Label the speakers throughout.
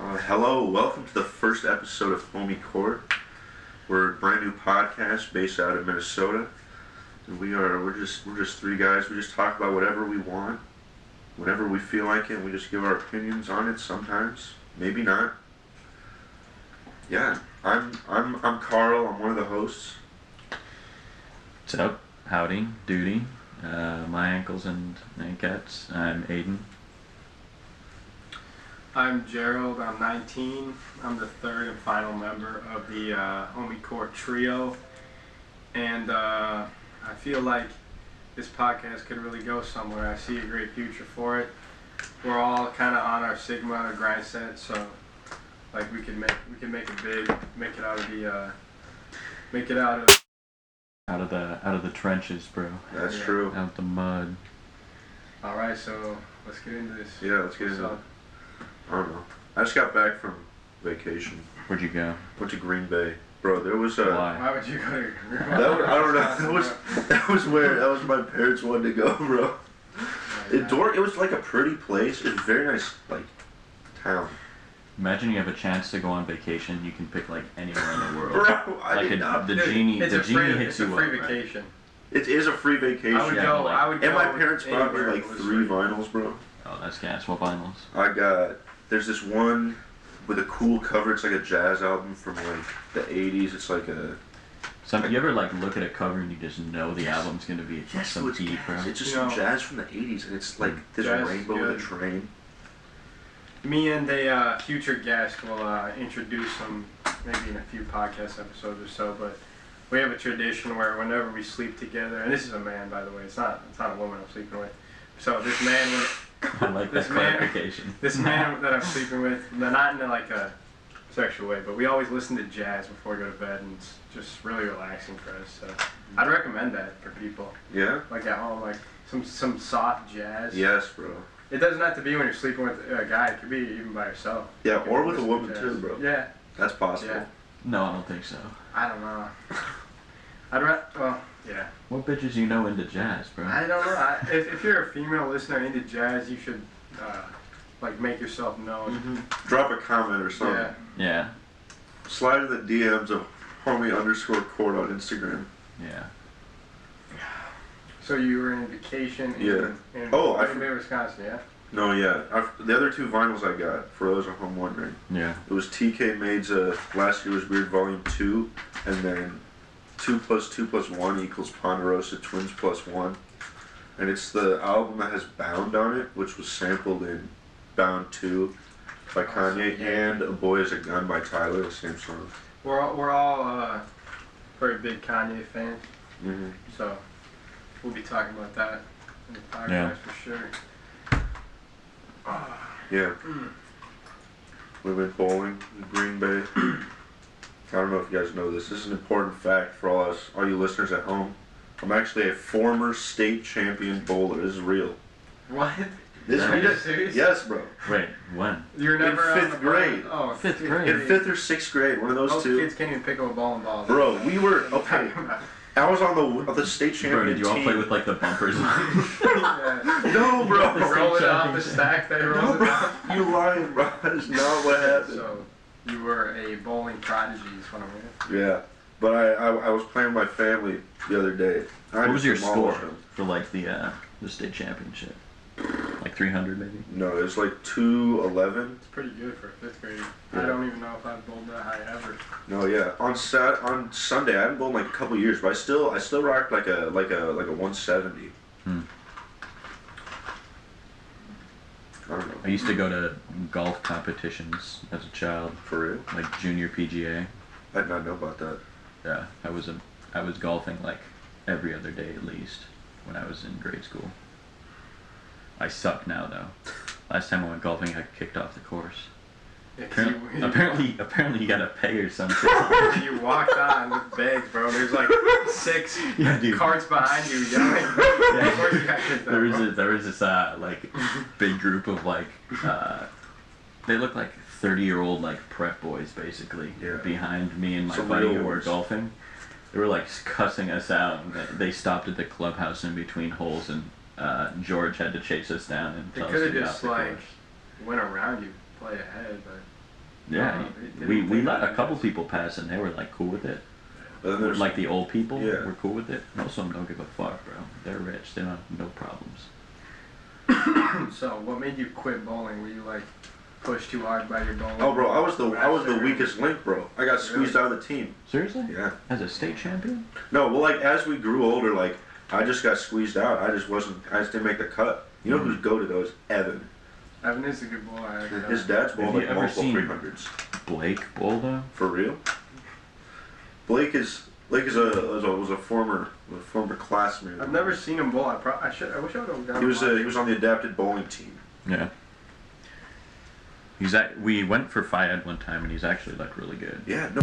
Speaker 1: Uh, hello, welcome to the first episode of Homie Court. We're a brand new podcast based out of Minnesota, and we are we're just we're just three guys. We just talk about whatever we want, whenever we feel like it. We just give our opinions on it sometimes, maybe not. Yeah, I'm I'm I'm Carl. I'm one of the hosts.
Speaker 2: What's up? Howdy, duty, uh, my ankles and, and cats. I'm Aiden.
Speaker 3: I'm Gerald. I'm 19. I'm the third and final member of the uh, Homie Court Trio. And uh, I feel like this podcast could really go somewhere. I see a great future for it. We're all kind of on our Sigma grind set, so like we can make we can make it big, make it out of the uh, make it out of
Speaker 2: Out of the out of the trenches, bro.
Speaker 1: That's
Speaker 3: Yeah.
Speaker 1: true.
Speaker 2: Out the mud.
Speaker 3: all right. So let's get into this.
Speaker 1: Yeah, let's get into it.
Speaker 3: So,
Speaker 1: I don't know. I just got back from vacation.
Speaker 2: Where'd you go?
Speaker 1: Went to Green Bay, bro. There was a.
Speaker 2: Why?
Speaker 3: why would you go to?
Speaker 1: That was, I don't know. That was that was where that was my parents wanted to go, bro. It, Dor- it was like a pretty place. It was a very nice, like town,
Speaker 2: Imagine you have a chance to go on vacation. You can pick like anywhere in the
Speaker 1: bro.
Speaker 2: world.
Speaker 1: I
Speaker 2: like
Speaker 1: did
Speaker 2: a,
Speaker 1: not.
Speaker 2: the
Speaker 1: It,
Speaker 2: genie,
Speaker 3: It's
Speaker 2: the
Speaker 3: a free,
Speaker 2: genie
Speaker 3: it's
Speaker 2: hits
Speaker 3: a
Speaker 2: you up.
Speaker 3: free
Speaker 2: right?
Speaker 3: vacation.
Speaker 1: it is a free vacation.
Speaker 3: I would
Speaker 2: Yeah,
Speaker 3: go.
Speaker 2: like-
Speaker 3: I would go.
Speaker 1: and my parents bought me
Speaker 3: anywhere
Speaker 1: like
Speaker 3: that was
Speaker 1: three
Speaker 3: free.
Speaker 1: vinyls, bro.
Speaker 2: Oh, that's gas. What vinyls?
Speaker 1: I got there's this one with a cool cover. It's like a jazz album from like the '80s. It's like a
Speaker 2: Some you ever like look at a cover and you just know the album's gonna be some
Speaker 1: it's,
Speaker 2: deep, bro.
Speaker 1: it's just
Speaker 3: You know-
Speaker 1: jazz from the '80s, and it's like this
Speaker 3: Jazz is
Speaker 1: rainbow with a
Speaker 3: good.
Speaker 1: train.
Speaker 3: Me and a uh, future guest will uh, introduce them maybe in a few podcast episodes or so. But we have a tradition where whenever we sleep together, and this is a man, by the way, it's not it's not a woman I'm sleeping with. So this man, would-
Speaker 2: I like that
Speaker 3: this man-
Speaker 2: clarification.
Speaker 3: this man that I'm sleeping with, not in like a sexual way, but we always listen to jazz before we go to bed, and it's just really relaxing for us. So
Speaker 1: Mm-hmm.
Speaker 3: I'd recommend that for people
Speaker 1: Yeah.
Speaker 3: like at home, like some some soft jazz.
Speaker 1: Yes, bro.
Speaker 3: It doesn't have to be when you're sleeping with a guy. It could be even by yourself.
Speaker 1: Yeah,
Speaker 3: You
Speaker 1: or
Speaker 3: can
Speaker 1: with a
Speaker 3: listen to
Speaker 1: woman
Speaker 3: jazz.
Speaker 1: too, bro.
Speaker 3: Yeah,
Speaker 1: That's possible.
Speaker 3: Yeah.
Speaker 2: No, I don't think so.
Speaker 3: I don't know. I'd rather. Well, yeah.
Speaker 2: What bitches you know into jazz, bro?
Speaker 3: I don't know. I, if, if you're a female listener into jazz, you should uh, like make yourself known.
Speaker 1: Drop a comment or something.
Speaker 3: Yeah.
Speaker 2: Yeah,
Speaker 1: Slide in the DMs of homie underscore court on Instagram.
Speaker 2: yeah.
Speaker 3: So you were in vacation. In,
Speaker 1: Yeah.
Speaker 3: In
Speaker 1: Oh, I
Speaker 3: Green Bay, Wisconsin. Yeah.
Speaker 1: No, yeah. I've, the other two vinyls I got, for those at home wondering,
Speaker 2: Yeah.
Speaker 1: it was TK Made's uh, Last Year Was Weird Volume 2, and then 2 plus 2 plus 1 equals Ponderosa Twins plus 1. And it's the album that has Bound on it, which was sampled in Bound 2 by Kanye and A Boy Is a Gun by Tyler, the same song.
Speaker 3: We're all, we're all uh, very big Kanye fans,
Speaker 1: Mm-hmm.
Speaker 3: so we'll be talking about that in the podcast
Speaker 2: Yeah.
Speaker 3: for sure.
Speaker 1: Yeah. We went Mm. bowling in Green Bay. I don't know if you guys know this. This is an important fact for all us, all you listeners at home. I'm actually a former state champion bowler. This is real.
Speaker 3: What?
Speaker 1: This
Speaker 3: Are you
Speaker 1: yes,
Speaker 3: serious?
Speaker 1: yes, bro.
Speaker 2: Wait, when?
Speaker 3: You're never on
Speaker 1: fifth
Speaker 3: the
Speaker 1: grade.
Speaker 3: Ball. Oh,
Speaker 2: Fifth grade.
Speaker 1: In fifth or sixth grade, one of those
Speaker 3: Most
Speaker 1: two.
Speaker 3: kids can't even pick up a ball and ball.
Speaker 1: Bro, we were okay. I was on the on the state champion
Speaker 2: Bro, did you all
Speaker 1: team.
Speaker 2: play with like the bumpers?
Speaker 3: yeah.
Speaker 1: No,
Speaker 3: They
Speaker 1: bro.
Speaker 3: roll it off the stack. They roll
Speaker 1: no,
Speaker 3: it off.
Speaker 1: bro. You lying, bro. That's not what happened.
Speaker 3: So you were a bowling prodigy, is what I'm hearing.
Speaker 1: Yeah, but I, I I was playing with my family the other day. I
Speaker 2: what was your
Speaker 1: just
Speaker 2: score
Speaker 1: demolished them.
Speaker 2: for like the uh, the state championship? Like 300 maybe.
Speaker 1: No, it's like two eleven.
Speaker 3: It's pretty good for a fifth grade.
Speaker 1: Yeah.
Speaker 3: I don't even know if I've bowled that high ever.
Speaker 1: No, yeah. On sat on Sunday, I haven't bowled in like a couple years, but I still I still rocked like a like a like a one seventy.
Speaker 2: Hmm.
Speaker 1: I don't know.
Speaker 2: I used to go to golf competitions as a child,
Speaker 1: For real?
Speaker 2: like junior PGA.
Speaker 1: I did not know about that.
Speaker 2: Yeah, I was a I was golfing like every other day at least when I was in grade school. I suck now though. Last time I went golfing, I got kicked off the course.
Speaker 3: Yeah, 'cause
Speaker 2: Apparently,
Speaker 3: you,
Speaker 2: apparently, apparently you got to pay or something.
Speaker 3: you walked on with bags, bro. There's like six
Speaker 2: Yeah, dude.
Speaker 3: carts behind you yelling. Of course you got kicked
Speaker 2: there was
Speaker 3: out,
Speaker 2: a, there was this uh, like big group of like uh, they look like thirty year old like prep boys basically
Speaker 1: Yeah.
Speaker 2: behind me and my
Speaker 1: Some
Speaker 2: buddy
Speaker 1: real
Speaker 2: who were
Speaker 1: ones.
Speaker 2: golfing. They were like cussing us out. And they- they stopped at the clubhouse in between holes, and uh, George had to chase us down and
Speaker 3: They
Speaker 2: tell us
Speaker 3: coulda
Speaker 2: to get
Speaker 3: just,
Speaker 2: off the
Speaker 3: like,
Speaker 2: course.
Speaker 3: bro. Went around you, play ahead, but
Speaker 2: Yeah,
Speaker 3: No, they- they
Speaker 2: we
Speaker 3: don't
Speaker 2: we
Speaker 3: think
Speaker 2: let
Speaker 3: about
Speaker 2: a couple
Speaker 3: it.
Speaker 2: people pass and they were like cool with it.
Speaker 1: But then there's
Speaker 2: Like the old people
Speaker 1: Yeah.
Speaker 2: were cool with it. Most of them don't give a fuck, bro. They're rich. They don't have no problems.
Speaker 3: So, what made you quit bowling? Were you like pushed too hard by your bowling?
Speaker 1: oh, bro, I was the I was the
Speaker 3: Master?
Speaker 1: weakest link, bro. I got squeezed out of the team.
Speaker 2: Seriously?
Speaker 1: Yeah.
Speaker 2: As a state champion?
Speaker 1: No, well, like as we grew older, like I just got squeezed out. I just wasn't. I just didn't make the cut. You
Speaker 2: Hmm.
Speaker 1: know who's goaded though is Evan.
Speaker 3: Evan is a good boy. I don't know.
Speaker 1: His dad's bowled
Speaker 2: Have you
Speaker 1: like
Speaker 2: ever
Speaker 1: multiple
Speaker 2: seen-
Speaker 1: three hundreds.
Speaker 2: Blake Bull though?
Speaker 1: For real? Blake is Blake is a was a, was a former was a former classmate.
Speaker 3: I've never seen him bowl. I, pro- I should. I wish I would have gone.
Speaker 1: He was
Speaker 3: watch.
Speaker 1: uh, he was on the adapted bowling team.
Speaker 2: Yeah. He's at, we went for Fayed one time and he's actually like really good.
Speaker 1: Yeah, no.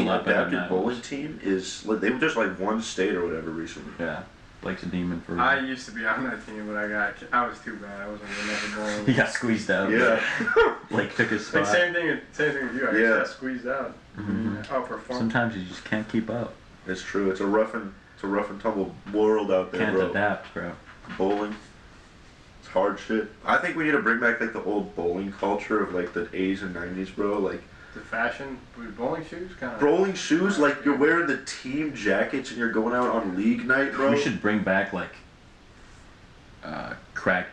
Speaker 2: A lot better than
Speaker 1: Adapted
Speaker 2: I
Speaker 1: bowling
Speaker 2: was.
Speaker 1: team is like, they were just like one state or whatever recently.
Speaker 2: Yeah. Blake's a demon for
Speaker 3: I used to be on that team, but I got. I was too bad. I wasn't gonna never bowl.
Speaker 2: He got squeezed out.
Speaker 1: Yeah,
Speaker 2: Blake took his
Speaker 3: Like
Speaker 2: spot.
Speaker 3: same thing. Same thing with you. I
Speaker 1: Yeah.
Speaker 3: just got squeezed out.
Speaker 2: Mhm.
Speaker 3: I outperformed.
Speaker 2: Sometimes you just can't keep up.
Speaker 1: it's true. It's a rough and it's a rough and tumble world out there,
Speaker 2: Can't
Speaker 1: bro.
Speaker 2: adapt, bro.
Speaker 1: Bowling, it's hard shit. I think we need to bring back like the old bowling culture of like the 80s and 90s, bro. Like
Speaker 3: The fashion with bowling shoes, kind of.
Speaker 1: bowling shoes, like you're wearing the team jackets and you're going out on league night, bro.
Speaker 2: We should bring back like uh, crack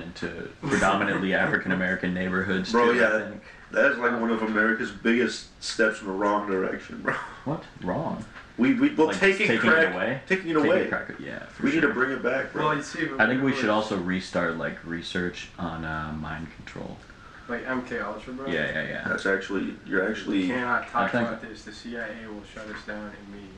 Speaker 2: into predominantly African American neighborhoods.
Speaker 1: Bro,
Speaker 2: too,
Speaker 1: yeah,
Speaker 2: I
Speaker 1: that-
Speaker 2: think.
Speaker 1: That is like one of America's biggest steps in the wrong direction, bro.
Speaker 2: What wrong?
Speaker 1: We we well
Speaker 2: Like,
Speaker 1: taking,
Speaker 2: taking
Speaker 1: crack,
Speaker 2: it away.
Speaker 1: taking it
Speaker 2: Taking
Speaker 1: away.
Speaker 2: crack, yeah. for
Speaker 1: we need
Speaker 2: sure.
Speaker 1: to bring it back, bro.
Speaker 3: Well, you see.
Speaker 2: I think we should
Speaker 3: was,
Speaker 2: also restart like research on uh, mind control.
Speaker 3: like MK Ultra, bro.
Speaker 2: Yeah, yeah, yeah.
Speaker 1: That's actually you're
Speaker 3: We
Speaker 1: actually
Speaker 3: cannot talk
Speaker 2: think-
Speaker 3: about this. The CIA will shut us down immediately.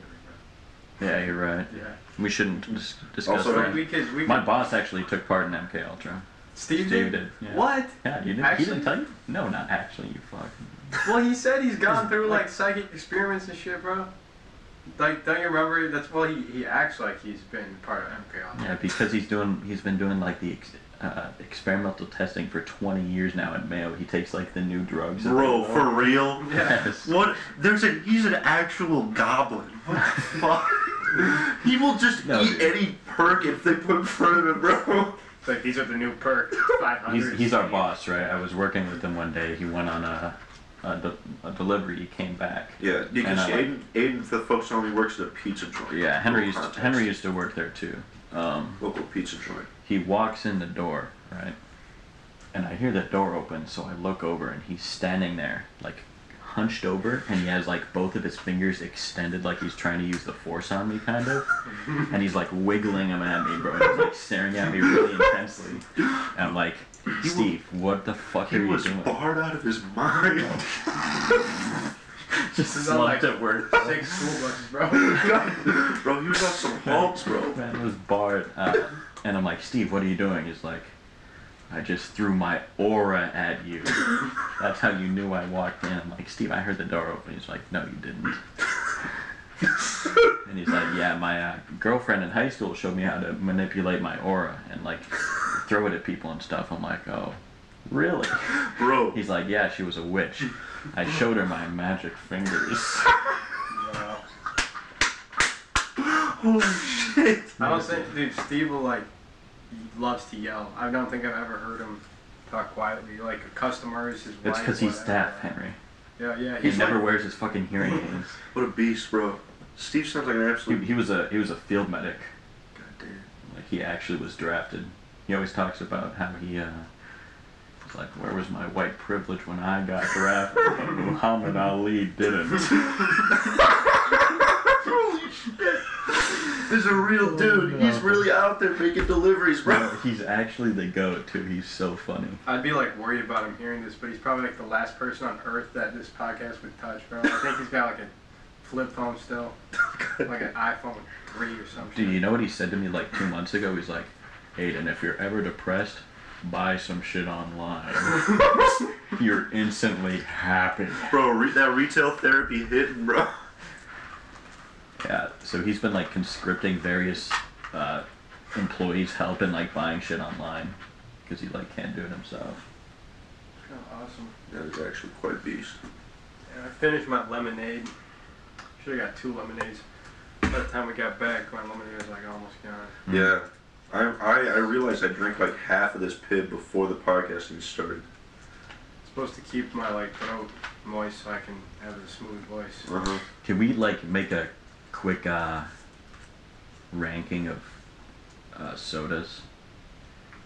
Speaker 2: Yeah, you're right.
Speaker 3: Bro. Yeah.
Speaker 2: We shouldn't dis- discuss
Speaker 1: Also,
Speaker 2: that.
Speaker 3: we could. We
Speaker 2: My
Speaker 3: could-
Speaker 2: boss actually took part in MK Ultra.
Speaker 3: Steve,
Speaker 2: Steve
Speaker 3: did?
Speaker 2: did. Yeah.
Speaker 3: What?
Speaker 2: Yeah, you didn't. he
Speaker 3: Actually-
Speaker 2: didn't tell you? No, not actually. You fucking.
Speaker 3: Well, he said he's gone through like psychic experiments and shit, bro. Like, don't you remember? That's well, he, he acts like he's been part of MK
Speaker 2: Yeah, because he's doing. He's been doing like the ex- uh, experimental testing for 20 years now at Mayo. He takes like the new drugs. that they
Speaker 1: bro
Speaker 2: develop.
Speaker 1: for real.
Speaker 3: Yeah.
Speaker 2: Yes.
Speaker 1: What? There's a he's an actual goblin. What the fuck? he will just
Speaker 2: No,
Speaker 1: eat
Speaker 2: dude.
Speaker 1: any perk if they put in front of him, bro.
Speaker 3: It's like these are the new perks. Five
Speaker 2: He's,
Speaker 3: hundred.
Speaker 2: he's our boss, right? I was working with him one day. He went on a, a, de- a delivery. He came back.
Speaker 1: Yeah, because
Speaker 2: And I like-
Speaker 1: Aiden, Aiden, the folks only works at a pizza joint.
Speaker 2: Yeah, Henry used
Speaker 1: Local
Speaker 2: to,
Speaker 1: context.
Speaker 2: Henry used to work there too. Um,
Speaker 1: local pizza joint.
Speaker 2: he walks in the door, right? And I hear the door open, so I look over and he's standing there, like hunched over, and he has like both of his fingers extended, like he's trying to use the force on me, kind of. and he's like wiggling them at me, bro. And he's like staring at me really intensely. And I'm like, Steve, what the fuck
Speaker 1: He
Speaker 2: are you
Speaker 1: was
Speaker 2: doing?
Speaker 1: barred out of his mind.
Speaker 2: Just
Speaker 3: This is on,
Speaker 2: slumped
Speaker 3: like-
Speaker 2: at work.
Speaker 3: six school buses, bro.
Speaker 1: bro, he was on some halts, bro.
Speaker 2: Man was barred out. And I'm like, Steve, what are you doing? He's like, I just threw my aura at you. That's how you knew I walked in. I'm like, Steve, I heard the door open. He's like, no, you didn't. and he's like, yeah, my uh, girlfriend in high school showed me how to manipulate my aura and like throw it at people and stuff. I'm like, oh, really?
Speaker 1: Bro,
Speaker 2: He's like, yeah, she was a witch. I showed her my magic fingers.
Speaker 3: Wow.
Speaker 1: holy shit.
Speaker 3: I don't think, dude. Steve will like he loves to yell. I don't think I've ever heard him talk quietly. Like customers, his wife.
Speaker 2: It's because he's
Speaker 3: whatever.
Speaker 2: deaf, Henry.
Speaker 3: Yeah, yeah.
Speaker 2: He
Speaker 3: He's
Speaker 2: never
Speaker 3: like,
Speaker 2: wears his fucking hearing aids.
Speaker 1: What a beast, bro. Steve sounds like an
Speaker 2: He,
Speaker 1: absolute.
Speaker 2: he was a he was a field medic.
Speaker 1: Goddamn.
Speaker 2: Like he actually was drafted. He always talks about how he uh, was like, "Where was my white privilege when I got drafted? But Muhammad Ali didn't."
Speaker 1: Holy shit. This is a real dude. He's really out there making deliveries,
Speaker 2: Bro,
Speaker 1: bro.
Speaker 2: he's actually the goat too. He's so funny.
Speaker 3: I'd be like worried about him hearing this, but he's probably like the last person on earth that this podcast would touch, bro. I think he's got like a flip phone still, like an iPhone three or something.
Speaker 2: Dude, you know what he said to me like two months ago? He's like, "Aiden, if you're ever depressed, buy some shit online. you're instantly happy."
Speaker 1: Bro, re- that retail therapy hitting, bro.
Speaker 2: Yeah, so he's been like conscripting various uh, employees' help in like buying shit online because he like can't do it himself.
Speaker 3: Oh, awesome.
Speaker 1: That is actually quite a beast.
Speaker 3: Yeah, I finished my lemonade. Should have got two lemonades. By the time we got back, my lemonade was like almost gone.
Speaker 2: Mhm.
Speaker 1: Yeah. I, I, I realized I drank like half of this pib before the podcast even started.
Speaker 3: It's supposed to keep my like throat moist so I can have a smooth voice.
Speaker 1: Uh-huh.
Speaker 2: Can we like make a quick uh, ranking of uh, sodas?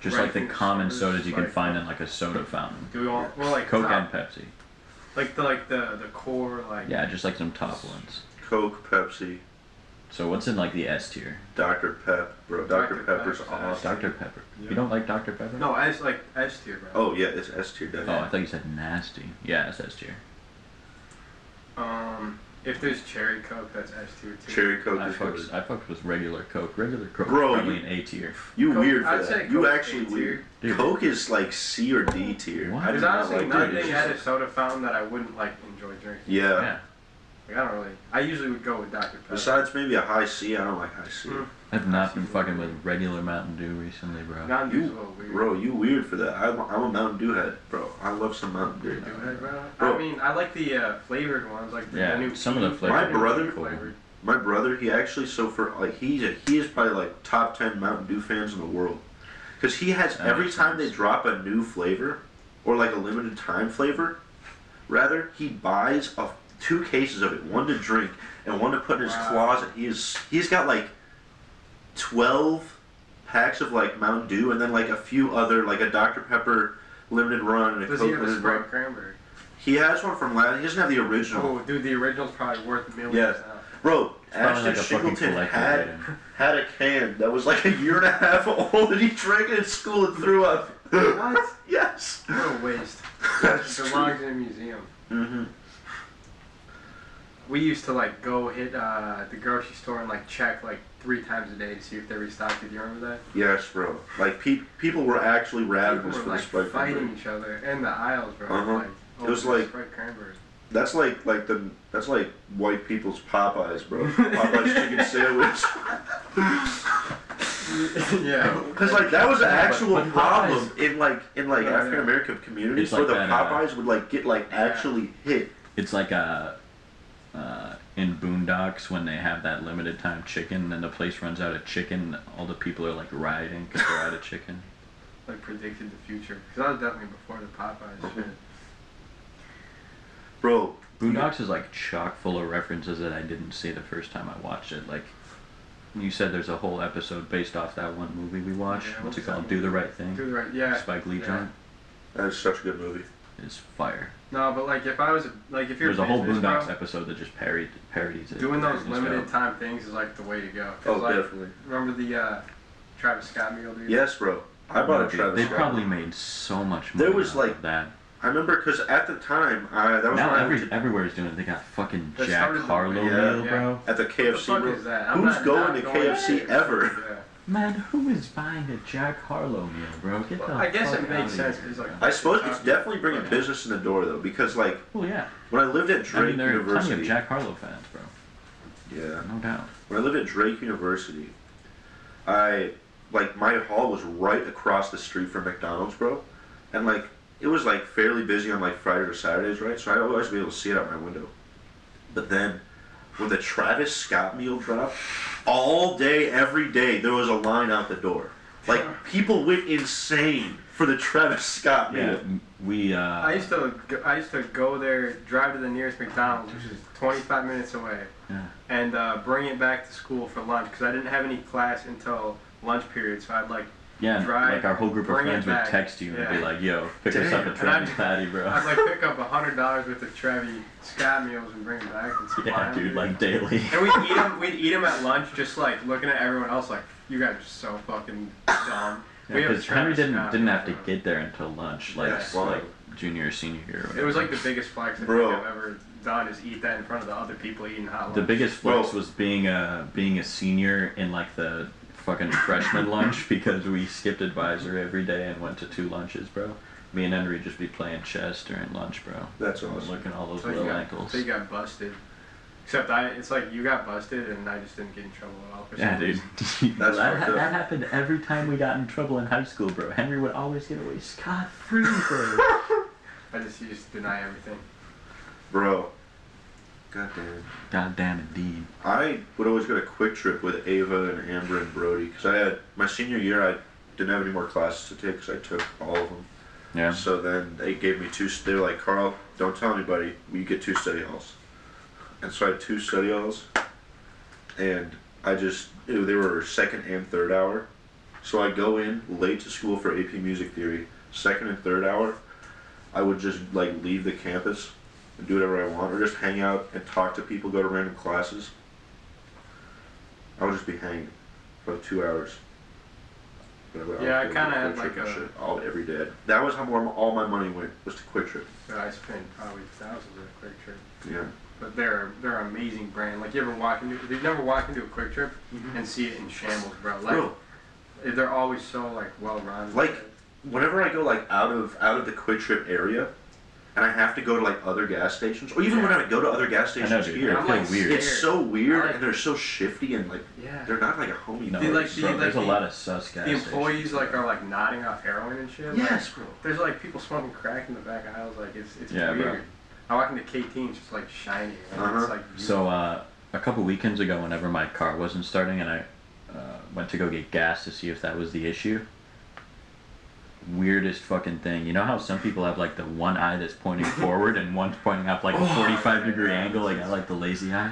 Speaker 2: Just like
Speaker 3: Ranking
Speaker 2: the
Speaker 3: of
Speaker 2: common
Speaker 3: sodas,
Speaker 2: sodas, you can
Speaker 3: like-
Speaker 2: find in like a soda fountain.
Speaker 3: Do we want well like
Speaker 2: Coke and
Speaker 3: top,
Speaker 2: Pepsi.
Speaker 3: like the like the the core like
Speaker 2: Yeah, just like some top ones.
Speaker 1: Coke, Pepsi,
Speaker 2: So what's in like the S tier?
Speaker 1: Dr. Pep, bro. Dr.
Speaker 3: Dr.
Speaker 1: Pepper's
Speaker 3: Pepper's
Speaker 1: awesome.
Speaker 2: Dr. Pepper.
Speaker 3: Yeah.
Speaker 2: You don't like Dr. Pepper?
Speaker 3: no S like S tier bro.
Speaker 1: Oh yeah, it's S tier.
Speaker 2: Oh, I
Speaker 1: definitely.
Speaker 2: thought you said nasty. Yeah, it's S tier. Oh.
Speaker 3: Um, if there's cherry coke, that's S tier too.
Speaker 1: Cherry Coke
Speaker 2: I
Speaker 1: is
Speaker 2: fucked,
Speaker 1: good.
Speaker 2: I fucked with regular Coke. Regular Coke
Speaker 1: Bro,
Speaker 2: is probably
Speaker 1: you-
Speaker 2: an A tier.
Speaker 1: You
Speaker 3: Coke-
Speaker 1: weird for
Speaker 3: I'd
Speaker 1: that.
Speaker 3: say
Speaker 1: you
Speaker 3: Coke
Speaker 1: actually
Speaker 3: A tier.
Speaker 1: weird.
Speaker 2: Dude.
Speaker 1: Coke is like C or D tier.
Speaker 2: What?
Speaker 1: I do
Speaker 3: There's
Speaker 1: not
Speaker 3: honestly
Speaker 1: like
Speaker 2: nothing
Speaker 1: that.
Speaker 3: nothing at a soda fountain that I wouldn't like enjoy drinking.
Speaker 1: Yeah.
Speaker 2: Yeah.
Speaker 3: Like I don't really. I usually would go with Dr Pepper.
Speaker 1: Besides maybe a high C, I don't like high C.
Speaker 3: Mm.
Speaker 2: I've not been fucking with regular Mountain Dew recently, bro.
Speaker 3: Mountain Dew's a
Speaker 1: You-
Speaker 3: little weird.
Speaker 1: Bro, you weird for that. I, I'm a Mountain Dew head, bro. I love some Mountain Dew.
Speaker 3: Do it, bro.
Speaker 1: Bro.
Speaker 3: I mean, I like the uh, flavored ones, like the,
Speaker 2: Yeah,
Speaker 3: the new
Speaker 2: some of the
Speaker 3: peach
Speaker 2: flavored
Speaker 1: My brother-
Speaker 3: flavored.
Speaker 1: My brother, he actually so for like he's a, he is probably like top ten Mountain Dew fans in the world, because he has
Speaker 2: That
Speaker 1: every
Speaker 2: makes
Speaker 1: time
Speaker 2: sense.
Speaker 1: they drop a new flavor, or like a limited time flavor, rather he buys a, two cases of it, one to drink and one to put in his
Speaker 3: Wow.
Speaker 1: closet. He is he's got like twelve packs of like Mountain Dew and then like a few other like a Dr Pepper limited run and a
Speaker 3: Does he
Speaker 1: Coke
Speaker 3: have a
Speaker 1: limited
Speaker 3: Sprite
Speaker 1: run.
Speaker 3: cranberry?
Speaker 1: He has one from last. He doesn't have the original.
Speaker 3: Oh, dude, the original's probably worth millions.
Speaker 1: Yeah.
Speaker 3: now.
Speaker 1: Bro,
Speaker 2: probably
Speaker 1: Ashton
Speaker 2: like a fucking
Speaker 1: Singleton
Speaker 2: collector's
Speaker 1: had
Speaker 2: item.
Speaker 1: had a can that was like a year and a half old, and he drank it in school and threw up.
Speaker 3: What?
Speaker 1: yes.
Speaker 3: What a waste.
Speaker 1: That's
Speaker 3: it
Speaker 1: true.
Speaker 3: belongs in a museum.
Speaker 1: hmm
Speaker 3: We used to like go hit uh, the grocery store and like check like three times a day to see if they restocked it. Do you remember that?
Speaker 1: Yes, bro. Like pe- people were actually
Speaker 3: People
Speaker 1: ravenous
Speaker 3: were
Speaker 1: for
Speaker 3: like
Speaker 1: the Sprite
Speaker 3: fighting
Speaker 1: cranberry.
Speaker 3: each other in the aisles, bro.
Speaker 1: Uh-huh.
Speaker 3: Like,
Speaker 1: It was
Speaker 3: over the
Speaker 1: like-
Speaker 3: Sprite cranberry.
Speaker 1: That's like like the that's like white people's Popeyes, bro. Popeyes chicken sandwich.
Speaker 3: yeah.
Speaker 1: Because like that was an
Speaker 2: Yeah, but-
Speaker 1: actual
Speaker 2: but Popeyes-
Speaker 1: problem in like in like
Speaker 3: Yeah, yeah.
Speaker 1: African American communities
Speaker 2: It's like
Speaker 1: where the
Speaker 2: that, uh,
Speaker 1: Popeyes would like get like
Speaker 3: Yeah.
Speaker 1: actually hit.
Speaker 2: It's like uh uh, in Boondocks when they have that limited time chicken and the place runs out of chicken, all the people are like rioting because they're out of chicken.
Speaker 3: like predicted the future. Because I was definitely before the Popeyes
Speaker 1: Uh-huh.
Speaker 3: shit.
Speaker 1: Bro,
Speaker 2: Boondocks is like chock full of references that I didn't see the first time I watched it. Like you said, there's a whole episode based off that one movie we watched.
Speaker 3: Yeah,
Speaker 2: What's
Speaker 3: what's
Speaker 2: it
Speaker 3: that
Speaker 2: called?
Speaker 3: movie?
Speaker 2: Do the Right Thing.
Speaker 3: Do the right, yeah.
Speaker 2: Spike Lee
Speaker 3: yeah.
Speaker 2: joint
Speaker 1: that is such a good movie.
Speaker 2: is fire.
Speaker 3: No, but like if I was a, like if you're
Speaker 2: There's a whole
Speaker 3: business, bro,
Speaker 2: Boondocks episode that just parodied parodies it.
Speaker 3: doing those
Speaker 2: It's
Speaker 3: limited
Speaker 2: dope.
Speaker 3: time things is like the way to go. 'Cause,
Speaker 1: Oh,
Speaker 3: like,
Speaker 1: definitely.
Speaker 3: Remember the uh, Travis Scott meal, dude?
Speaker 1: Yes, bro. I bought a Travis.
Speaker 2: They
Speaker 1: Scott.
Speaker 2: probably made so much money.
Speaker 1: There was,
Speaker 2: off of
Speaker 1: like,
Speaker 2: that.
Speaker 1: I remember because at the time, I that was
Speaker 2: Now
Speaker 1: when I
Speaker 2: every,
Speaker 1: went to-
Speaker 2: everywhere is doing it. They got fucking
Speaker 3: That
Speaker 2: Jack
Speaker 3: started the-
Speaker 2: Harlow
Speaker 1: yeah,
Speaker 2: meal,
Speaker 3: yeah.
Speaker 2: bro.
Speaker 1: at the
Speaker 3: What the
Speaker 1: KFC.
Speaker 3: fuck
Speaker 1: bro.
Speaker 3: is that?
Speaker 1: Who's
Speaker 3: not-
Speaker 1: going
Speaker 3: not
Speaker 1: to
Speaker 3: going
Speaker 1: KFC
Speaker 3: there.
Speaker 1: ever?
Speaker 2: Man, who is buying a Jack Harlow meal, bro? Get the
Speaker 3: Well, I guess
Speaker 2: fuck
Speaker 3: it makes
Speaker 2: outta
Speaker 3: sense,
Speaker 2: here,
Speaker 3: 'cause, like,
Speaker 2: bro.
Speaker 1: I suppose it's definitely bringing
Speaker 2: Yeah.
Speaker 1: business in the door though, because like
Speaker 2: Well, yeah.
Speaker 1: when I lived at
Speaker 2: I
Speaker 1: Drake
Speaker 2: mean, there are plenty of
Speaker 1: University,
Speaker 2: Jack Harlow fans, bro.
Speaker 1: yeah,
Speaker 2: No doubt.
Speaker 1: when I lived at Drake University, I like my hall was right across the street from McDonald's, bro, and like it was like fairly busy on like Friday or Saturdays, right? So I'd always be able to see it out my window. But then when the Travis Scott meal dropped, all day, every day, there was a line out the door. Like people went insane for the Travis Scott meal.
Speaker 2: Yeah, m- we. Uh,
Speaker 3: I used to go, I used to go there, drive to the nearest McDonald's, which is 25 minutes away,
Speaker 2: Yeah.
Speaker 3: and uh, bring it back to school for lunch because I didn't have any class until lunch period. So I'd like
Speaker 2: yeah, and,
Speaker 3: drive,
Speaker 2: like our whole group of
Speaker 3: bring it
Speaker 2: friends would
Speaker 3: back.
Speaker 2: text you and
Speaker 3: Yeah.
Speaker 2: be like, "Yo, pick us up
Speaker 1: Damn.
Speaker 2: a
Speaker 1: And
Speaker 2: Travis
Speaker 3: I'd-
Speaker 2: Patty, bro."
Speaker 3: I'd like pick up hundred dollars worth of Trevi Scott meals and bring them back and supply
Speaker 2: yeah,
Speaker 3: 'em,
Speaker 2: dude, like daily.
Speaker 3: And we'd eat them. We'd eat 'em at lunch, just like looking at everyone else, like you guys are so fucking dumb. We have
Speaker 2: Because Henry
Speaker 3: Travis
Speaker 2: didn't
Speaker 3: Scott
Speaker 2: didn't
Speaker 3: meal,
Speaker 2: have to
Speaker 3: bro.
Speaker 2: get there until lunch, like
Speaker 1: Yeah.
Speaker 2: s- like junior or senior year. Or
Speaker 3: It
Speaker 2: whatever.
Speaker 3: was like the biggest flex I
Speaker 1: Bro.
Speaker 3: think I've ever done is eat that in front of the other people eating hot lunch.
Speaker 2: The biggest flex
Speaker 1: Bro.
Speaker 2: was being a being a senior in like the fucking freshman lunch because we skipped advisor every day and went to two lunches, bro. Me and Henry would just be playing chess during lunch, bro.
Speaker 1: That's
Speaker 2: And
Speaker 1: awesome.
Speaker 2: Looking at all those
Speaker 3: So you
Speaker 2: little
Speaker 3: got-
Speaker 2: ankles.
Speaker 3: So you got busted. Except I, it's like you got busted and I just didn't get in trouble at all. For
Speaker 2: Yeah,
Speaker 3: some
Speaker 2: dude.
Speaker 3: reason.
Speaker 2: that,
Speaker 1: That's fucked up.
Speaker 2: that happened every time we got in trouble in high school, bro. Henry would always get away scot free, bro.
Speaker 3: I just you just deny everything.
Speaker 1: Bro. God damn.
Speaker 2: God damn indeed.
Speaker 1: I would always go to Quick Trip with Ava and Amber and Brody because I had my senior year I didn't have any more classes to take because I took all of them,
Speaker 2: Yeah.
Speaker 1: So then they gave me two. They were like, Carl, don't tell anybody. You get two study halls. And so I had two study halls, and I just it- they were second and third hour. So I go in late to school for AP Music Theory. Second and third hour, I would just like leave the campus and do whatever I want, or just hang out and talk to people, go to random classes. I would just be hanging for like two hours. But would
Speaker 3: Yeah, I
Speaker 1: always go
Speaker 3: kinda
Speaker 1: to
Speaker 3: had,
Speaker 1: Quick Trip
Speaker 3: like,
Speaker 1: and
Speaker 3: a-
Speaker 1: shit all every day. That was how more, all my money went was to Quick Trip.
Speaker 3: But I spent probably thousands at Quick Trip.
Speaker 1: Yeah.
Speaker 3: But they're they're an amazing brand. Like you ever walk into if you've never walked into a Quick Trip
Speaker 2: Mm-hmm.
Speaker 3: and see it in shambles, bro. Like
Speaker 1: Bro.
Speaker 3: they're always so like well run.
Speaker 1: Like- Whenever I go like out of out of the Quick Trip area, and I have to go to like other gas stations, or even when I go to other gas
Speaker 2: I
Speaker 1: stations
Speaker 2: know, dude.
Speaker 1: here,
Speaker 2: I
Speaker 3: I'm
Speaker 2: feel
Speaker 3: like
Speaker 2: weird.
Speaker 1: it's so weird
Speaker 3: I like-
Speaker 1: and they're so shifty and like
Speaker 3: yeah.
Speaker 1: they're not like a homie.
Speaker 2: No,
Speaker 3: They, like,
Speaker 1: place.
Speaker 3: the-
Speaker 2: bro,
Speaker 3: like,
Speaker 2: there's a
Speaker 3: the-
Speaker 2: lot of sus gas
Speaker 3: The employees like are like nodding off heroin and shit. Like,
Speaker 1: yes, bro.
Speaker 3: There's like people smoking crack in the back aisles. Like it's it's
Speaker 2: Yeah, bro.
Speaker 3: weird. I walk into KT and it's just like shiny. And
Speaker 1: Uh-huh.
Speaker 3: It's like
Speaker 2: So uh, a couple weekends ago, whenever my car wasn't starting, and I uh, went to go get gas to see if that was the issue. Weirdest fucking thing. You know how some people have like the one eye that's pointing forward and one's pointing up
Speaker 1: Oh,
Speaker 2: like a 45 degree angle, like I like the lazy eye.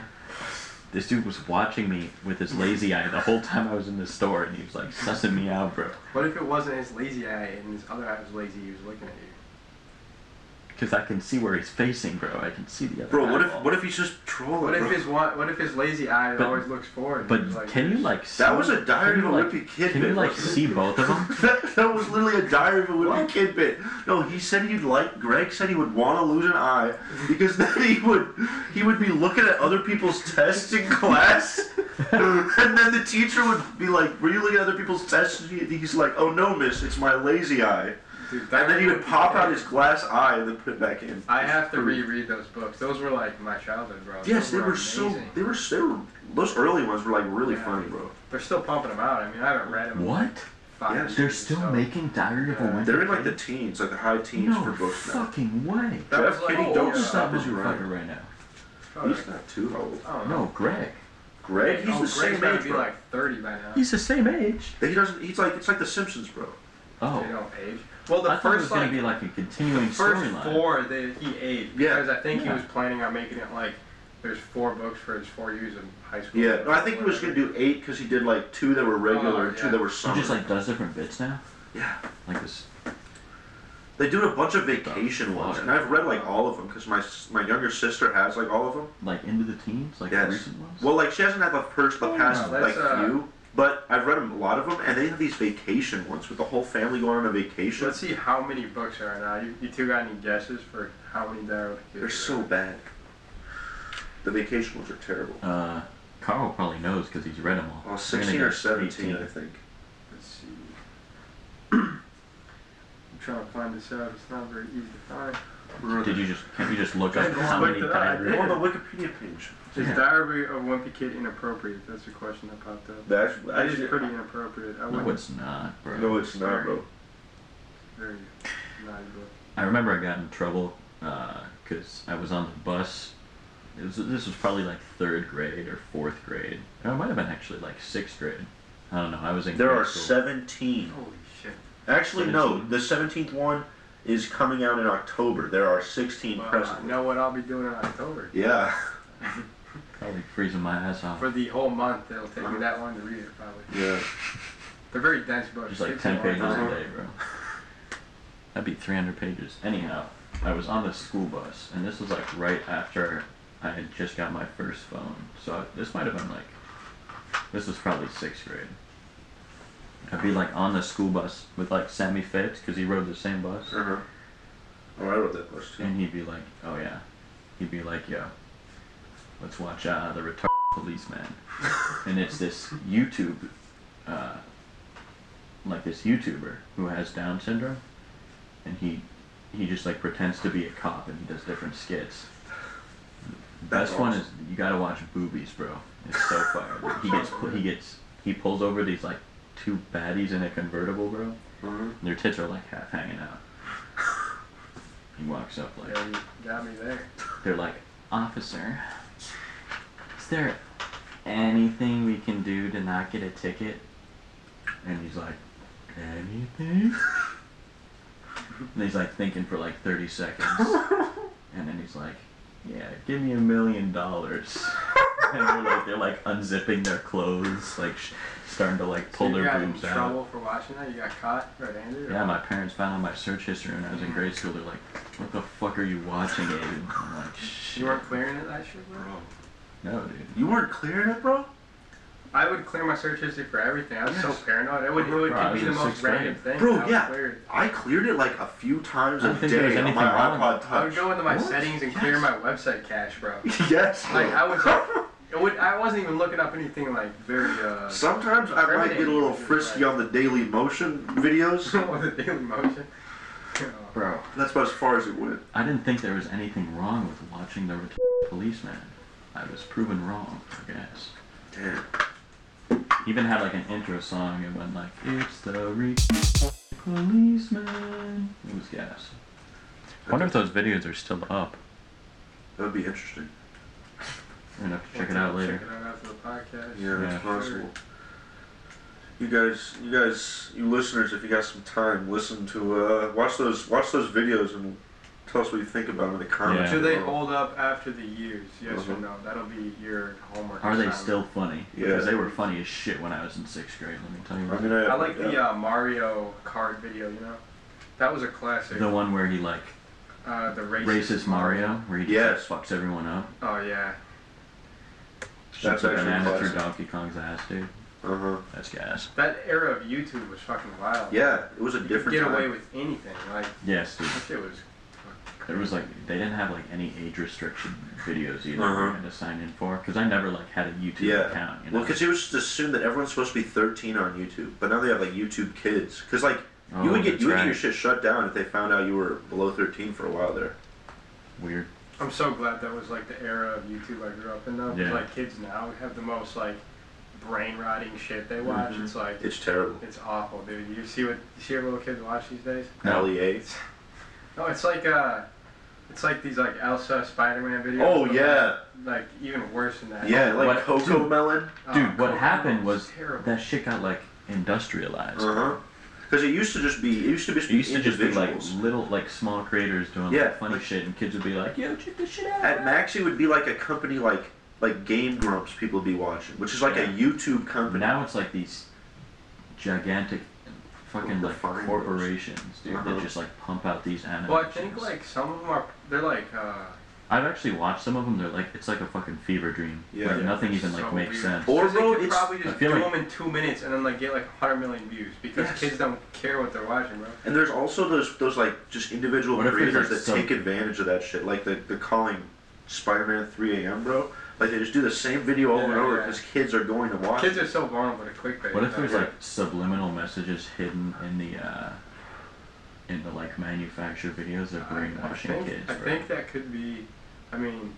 Speaker 2: This dude was watching me with his lazy eye the whole time I was in the store, and he was like sussing me out, bro.
Speaker 3: what if it wasn't his lazy eye and his other eye was lazy? He was looking at you.
Speaker 2: Because I can see where he's facing, bro. I can see the other.
Speaker 1: Bro, what if
Speaker 2: eyeball.
Speaker 1: what if he's just trolling?
Speaker 3: What if
Speaker 1: bro?
Speaker 3: his one? What if his lazy eye
Speaker 2: But-
Speaker 3: always looks forward?
Speaker 2: But
Speaker 3: he's like,
Speaker 2: can you like? see-
Speaker 1: That was a Diary
Speaker 2: can
Speaker 1: of a
Speaker 2: you, like-
Speaker 1: Wimpy Kid
Speaker 2: Can you
Speaker 1: bit,
Speaker 2: like
Speaker 1: wasn't it?
Speaker 2: see both of them?
Speaker 1: that, that was literally a diary of a wimpy kid bit. No, he said he'd like. Greg said he would want to lose an eye because then he would he would be looking at other people's tests in class, and then the teacher would be like, "Were you looking at other people's tests?" And he- he's like, "Oh no, miss, it's my lazy eye."
Speaker 3: Dude, that
Speaker 1: And then he would pop out his glass eye and then put it back in.
Speaker 3: I have to reread those books. Those were like my childhood, bro.
Speaker 1: Yes, they
Speaker 3: Those
Speaker 1: were so
Speaker 3: amazing.
Speaker 1: they were they were those early ones were like really
Speaker 3: Yeah.
Speaker 1: funny, bro.
Speaker 3: They're still pumping them out. I mean, I haven't read them.
Speaker 2: What?
Speaker 3: Five
Speaker 1: Yes.
Speaker 3: years,
Speaker 2: They're still
Speaker 3: so-
Speaker 2: making Diary of a
Speaker 3: Yeah.
Speaker 2: Wimpy
Speaker 1: They're in like the
Speaker 2: Kid?
Speaker 1: teens, like the high teens
Speaker 2: no
Speaker 1: for books now.
Speaker 2: fucking way.
Speaker 3: That
Speaker 1: Jeff
Speaker 3: was like,
Speaker 1: Kitty,
Speaker 2: How
Speaker 1: don't
Speaker 2: old is
Speaker 1: stop
Speaker 2: that
Speaker 1: as you
Speaker 2: motherfucker
Speaker 1: run.
Speaker 2: right now?
Speaker 3: Probably,
Speaker 1: oh, He's not too old.
Speaker 3: I don't know.
Speaker 2: No, Greg.
Speaker 1: Greg, he's
Speaker 3: oh,
Speaker 1: the
Speaker 3: Greg's
Speaker 1: same
Speaker 3: gotta
Speaker 1: age,
Speaker 3: be
Speaker 1: bro.
Speaker 3: like 30 by now.
Speaker 2: He's the same age.
Speaker 1: He doesn't. He's like it's like The Simpsons, bro.
Speaker 3: They
Speaker 2: Oh,
Speaker 3: don't age. Well, the
Speaker 2: I thought it was
Speaker 3: first
Speaker 2: gonna
Speaker 3: like
Speaker 2: be like a continuing
Speaker 3: first
Speaker 2: storyline.
Speaker 3: four that he aged
Speaker 1: Yeah.
Speaker 3: because I think he
Speaker 2: Yeah.
Speaker 3: was planning on making it like there's four books for his four years of high school.
Speaker 1: Yeah. No, I think he was gonna do eight because he did like two that were regular
Speaker 3: Oh,
Speaker 1: and
Speaker 3: yeah.
Speaker 1: two that were
Speaker 2: He
Speaker 1: summer.
Speaker 2: just like does different bits now.
Speaker 1: yeah.
Speaker 2: Like this.
Speaker 1: They do a bunch of
Speaker 2: uh,
Speaker 1: vacation ones, and I've read like all of them because my s- my younger sister has like all of them.
Speaker 2: Like into the teens, like
Speaker 1: Yes.
Speaker 2: the recent ones.
Speaker 1: Well, like she hasn't had the first the
Speaker 2: Oh,
Speaker 1: past
Speaker 3: that's,
Speaker 1: like
Speaker 3: uh,
Speaker 1: few, but I've read 'em- a lot of them, and they have these vacation ones with the whole family going on a vacation.
Speaker 3: Let's see how many books are now. You, you two got any guesses for how many there are?
Speaker 1: They're so bad. The vacation ones are terrible.
Speaker 2: uh, Carl probably knows because he's read them all.
Speaker 1: Oh,
Speaker 2: We're gonna
Speaker 1: 16 or
Speaker 2: guess
Speaker 1: 17,
Speaker 2: 18.
Speaker 1: I think.
Speaker 3: Let's see. I'm trying to find this out. It's not very easy to find.
Speaker 2: Did you just can't you just look
Speaker 3: I
Speaker 2: up
Speaker 3: just
Speaker 2: how
Speaker 3: looked
Speaker 2: many
Speaker 3: it up. I
Speaker 2: diaries?
Speaker 1: Go on the Wikipedia page.
Speaker 3: Is
Speaker 2: Yeah.
Speaker 3: Diary of Wimpy Kid inappropriate? That's the question that popped up.
Speaker 1: That's
Speaker 3: That is pretty inappropriate. I
Speaker 2: No,
Speaker 3: wouldn't.
Speaker 2: it's not, bro.
Speaker 1: No, it's not, bro.
Speaker 3: Very naughty book.
Speaker 2: I remember I got in trouble because I was on the bus. It was, this was probably like third grade or fourth grade. Or it might have been actually like sixth grade. I don't know. I was in.
Speaker 1: There
Speaker 2: grade
Speaker 1: are
Speaker 2: school.
Speaker 1: 17.
Speaker 3: Holy shit.
Speaker 1: Actually, no.
Speaker 2: 17.
Speaker 1: The 17th one is coming out in October. There are 16
Speaker 3: Well, I
Speaker 1: presently.
Speaker 3: know what I'll be doing in October.
Speaker 1: Yeah.
Speaker 2: Probably freezing my ass off.
Speaker 3: For the whole month, it'll take me that long to read it, probably.
Speaker 1: Yeah.
Speaker 3: They're very dense books.
Speaker 2: Just like
Speaker 3: Takes a
Speaker 2: ten
Speaker 3: long
Speaker 2: pages
Speaker 3: time.
Speaker 2: a day, bro. That'd be three hundred pages. Anyhow, I was on the school bus, and this was like right after I had just got my first phone. So I, this might have been like, this was probably sixth grade. I'd be like on the school bus with like Sammy Phipps because he rode the same bus.
Speaker 1: Uh
Speaker 3: Uh-huh.
Speaker 1: huh. Oh, I wrote that list too.
Speaker 2: And he'd be like, oh yeah. He'd be like, yo, let's watch uh, The Retarded Policeman. and it's this YouTube, uh, like this YouTuber who has Down syndrome. And he, he just like pretends to be a cop and he does different skits.
Speaker 1: That's
Speaker 2: Best one
Speaker 1: awesome.
Speaker 2: is you gotta watch Boobies, bro. It's so fire. dude. he gets pu- he gets he pulls over these like two baddies in a convertible, bro. And
Speaker 1: Uh-huh.
Speaker 2: their tits are like half hanging out. He walks up like,
Speaker 3: Yeah, you got me there.
Speaker 2: they're like, Officer, is there anything we can do to not get a ticket? And he's like, Anything? And he's like thinking for like 30 seconds. And then he's like, "Yeah, give me a million dollars." And they're like, they're like unzipping their clothes, like sh- starting to like pull
Speaker 3: so you
Speaker 2: their
Speaker 3: got in
Speaker 2: boobs out.
Speaker 3: trouble for watching that? You got caught red-handed? or
Speaker 2: Yeah, my
Speaker 3: what?
Speaker 2: parents found out my search history when I was in grade school. They're like, "What the fuck are you watching, Aiden?" I'm like,
Speaker 3: You
Speaker 2: "Shit,
Speaker 3: weren't clearing it that shit, bro?
Speaker 1: Bro,
Speaker 2: no, dude."
Speaker 1: you weren't clearing it, bro.
Speaker 3: I would clear my search history for everything. I was so
Speaker 1: Yes.
Speaker 3: paranoid. It would, it would
Speaker 2: Bro, I
Speaker 3: could
Speaker 2: was
Speaker 3: be the
Speaker 2: in
Speaker 3: most
Speaker 2: sixth grade.
Speaker 3: random thing.
Speaker 1: Bro,
Speaker 3: I would
Speaker 1: yeah.
Speaker 3: clear it.
Speaker 1: I cleared it like a few times
Speaker 2: I
Speaker 1: a
Speaker 2: don't think there was
Speaker 1: day on
Speaker 2: anything
Speaker 1: my
Speaker 2: wrong
Speaker 1: iPod
Speaker 2: with
Speaker 3: I would
Speaker 1: Touch.
Speaker 3: go into my
Speaker 2: Oh, What?
Speaker 3: settings and clear my website cache, bro.
Speaker 1: yes.
Speaker 3: Like
Speaker 1: bro.
Speaker 3: I was, it would, I wasn't even looking up anything like very uh.
Speaker 1: Sometimes I might get a little frisky on the Daily Motion videos.
Speaker 3: with the daily motion.
Speaker 2: Bro,
Speaker 1: That's about as far as it went.
Speaker 2: I didn't think there was anything wrong with watching the ret- policeman. I was proven wrong, I guess.
Speaker 1: Damn.
Speaker 2: He even had like an intro song. It went like, "It's the re- policeman." It was gas. I wonder if those videos are still up.
Speaker 1: That would be interesting.
Speaker 2: We're gonna have to check it out later.
Speaker 3: Check it out after the podcast.
Speaker 1: Yeah,
Speaker 2: Yeah.
Speaker 1: it's possible. You guys, you guys, you listeners, if you got some time, listen to uh, watch those watch those videos and tell us what you think about them in the comments.
Speaker 2: Yeah.
Speaker 3: Do they
Speaker 1: below.
Speaker 3: hold up after the years? Yes or
Speaker 1: Mhm.
Speaker 3: no? That'll be your homework.
Speaker 2: Uh-huh. Are they
Speaker 3: assignment.
Speaker 2: still funny?
Speaker 1: Yeah.
Speaker 2: Because they were funny as shit when I was in sixth grade. Let me tell you.
Speaker 1: I mean, I,
Speaker 3: I like
Speaker 1: yeah.
Speaker 3: the uh, Mario card video. You know, that was a classic.
Speaker 2: The one where he like
Speaker 3: uh, the racist,
Speaker 2: racist Mario, where he just
Speaker 1: Yes.
Speaker 2: like, fucks everyone up.
Speaker 3: Oh yeah.
Speaker 1: That's
Speaker 2: Shoots a
Speaker 1: actually
Speaker 2: banana through
Speaker 1: classic.
Speaker 2: Donkey Kong's ass, dude.
Speaker 1: Uh huh.
Speaker 2: That's gas.
Speaker 3: That era of YouTube was fucking wild.
Speaker 1: Yeah, it was a
Speaker 3: You could
Speaker 1: different
Speaker 3: get
Speaker 1: time.
Speaker 3: away with anything. Like
Speaker 2: Yes, dude.
Speaker 3: that shit was.
Speaker 2: There was like they didn't have like any age restriction videos either.
Speaker 1: Uh-huh.
Speaker 2: You had to sign in for because I never like had a YouTube
Speaker 1: Yeah.
Speaker 2: account. You know?
Speaker 1: Well, because it was just assumed that everyone's supposed to be 13 on YouTube, but now they have like YouTube Kids. Because like you
Speaker 2: Oh,
Speaker 1: would get
Speaker 2: that's
Speaker 1: you would get your
Speaker 2: right.
Speaker 1: shit shut down if they found out you were below 13 for a while there.
Speaker 2: weird.
Speaker 3: I'm so glad that was like the era of YouTube I grew up in. Though, 'cause,
Speaker 2: Yeah.
Speaker 3: like kids now have the most like brain rotting shit they watch.
Speaker 1: Mhm.
Speaker 3: It's like
Speaker 1: It's terrible.
Speaker 3: it's awful, dude. You see what you see what little kids watch these days?
Speaker 2: No.
Speaker 1: LEA.
Speaker 3: No, it's like uh, it's like these like Elsa Spider-Man videos.
Speaker 1: Oh
Speaker 3: but,
Speaker 1: yeah,
Speaker 3: Like, like, even worse than that.
Speaker 1: yeah, like
Speaker 2: What-
Speaker 1: Coco
Speaker 2: dude.
Speaker 1: Melon.
Speaker 3: Oh,
Speaker 2: Dude, what
Speaker 3: Coco
Speaker 2: happened was
Speaker 3: terrible.
Speaker 2: that shit got like industrialized.
Speaker 1: Uh huh. Because it used to just be it used to just
Speaker 2: Uh-huh. It
Speaker 1: be
Speaker 2: used to just be like
Speaker 1: individuals.
Speaker 2: little, like small creators doing
Speaker 1: Yeah,
Speaker 2: like, funny
Speaker 1: like-
Speaker 2: shit, and kids would be like, "Yo, check this shit out."
Speaker 1: At max, it would be like a company like like Game Grumps people would be watching, which is like a
Speaker 2: Yeah.
Speaker 1: YouTube company.
Speaker 2: Now it's like these gigantic fucking
Speaker 1: The
Speaker 2: like
Speaker 1: fine
Speaker 2: corporations, dude,
Speaker 1: Uh-huh.
Speaker 2: that just like pump out these animations.
Speaker 3: Well, I think like some of them are. They're like. uh...
Speaker 2: I've actually watched some of them. They're like it's like a fucking fever dream.
Speaker 1: Yeah.
Speaker 2: where
Speaker 1: Yeah.
Speaker 2: nothing even
Speaker 3: It's
Speaker 2: like
Speaker 3: so
Speaker 2: makes
Speaker 3: weird.
Speaker 2: sense.
Speaker 1: Or,
Speaker 3: Because they
Speaker 1: bro,
Speaker 3: could
Speaker 1: it's-
Speaker 3: probably
Speaker 2: I
Speaker 3: just do
Speaker 2: feel like-
Speaker 3: them in two minutes and then like get like 100 million views because
Speaker 1: Yes.
Speaker 3: kids don't care what they're watching, bro.
Speaker 1: And there's also those those like just individual
Speaker 2: What if there's,
Speaker 1: creators
Speaker 2: like,
Speaker 1: that
Speaker 2: some-
Speaker 1: take advantage of that shit, like the the calling Spider-Man 3 a.m. bro. Like they just do the same video over and
Speaker 3: Yeah,
Speaker 1: over
Speaker 3: yeah.
Speaker 1: because kids are going to watch.
Speaker 3: Kids
Speaker 1: it.
Speaker 3: are so vulnerable to clickbait.
Speaker 2: What if
Speaker 3: though.
Speaker 2: there's like subliminal messages hidden in the uh, in the like manufactured videos of
Speaker 3: I, I
Speaker 2: brainwashing
Speaker 3: think,
Speaker 2: kids?
Speaker 3: I
Speaker 2: bro?
Speaker 3: think that could be. I mean,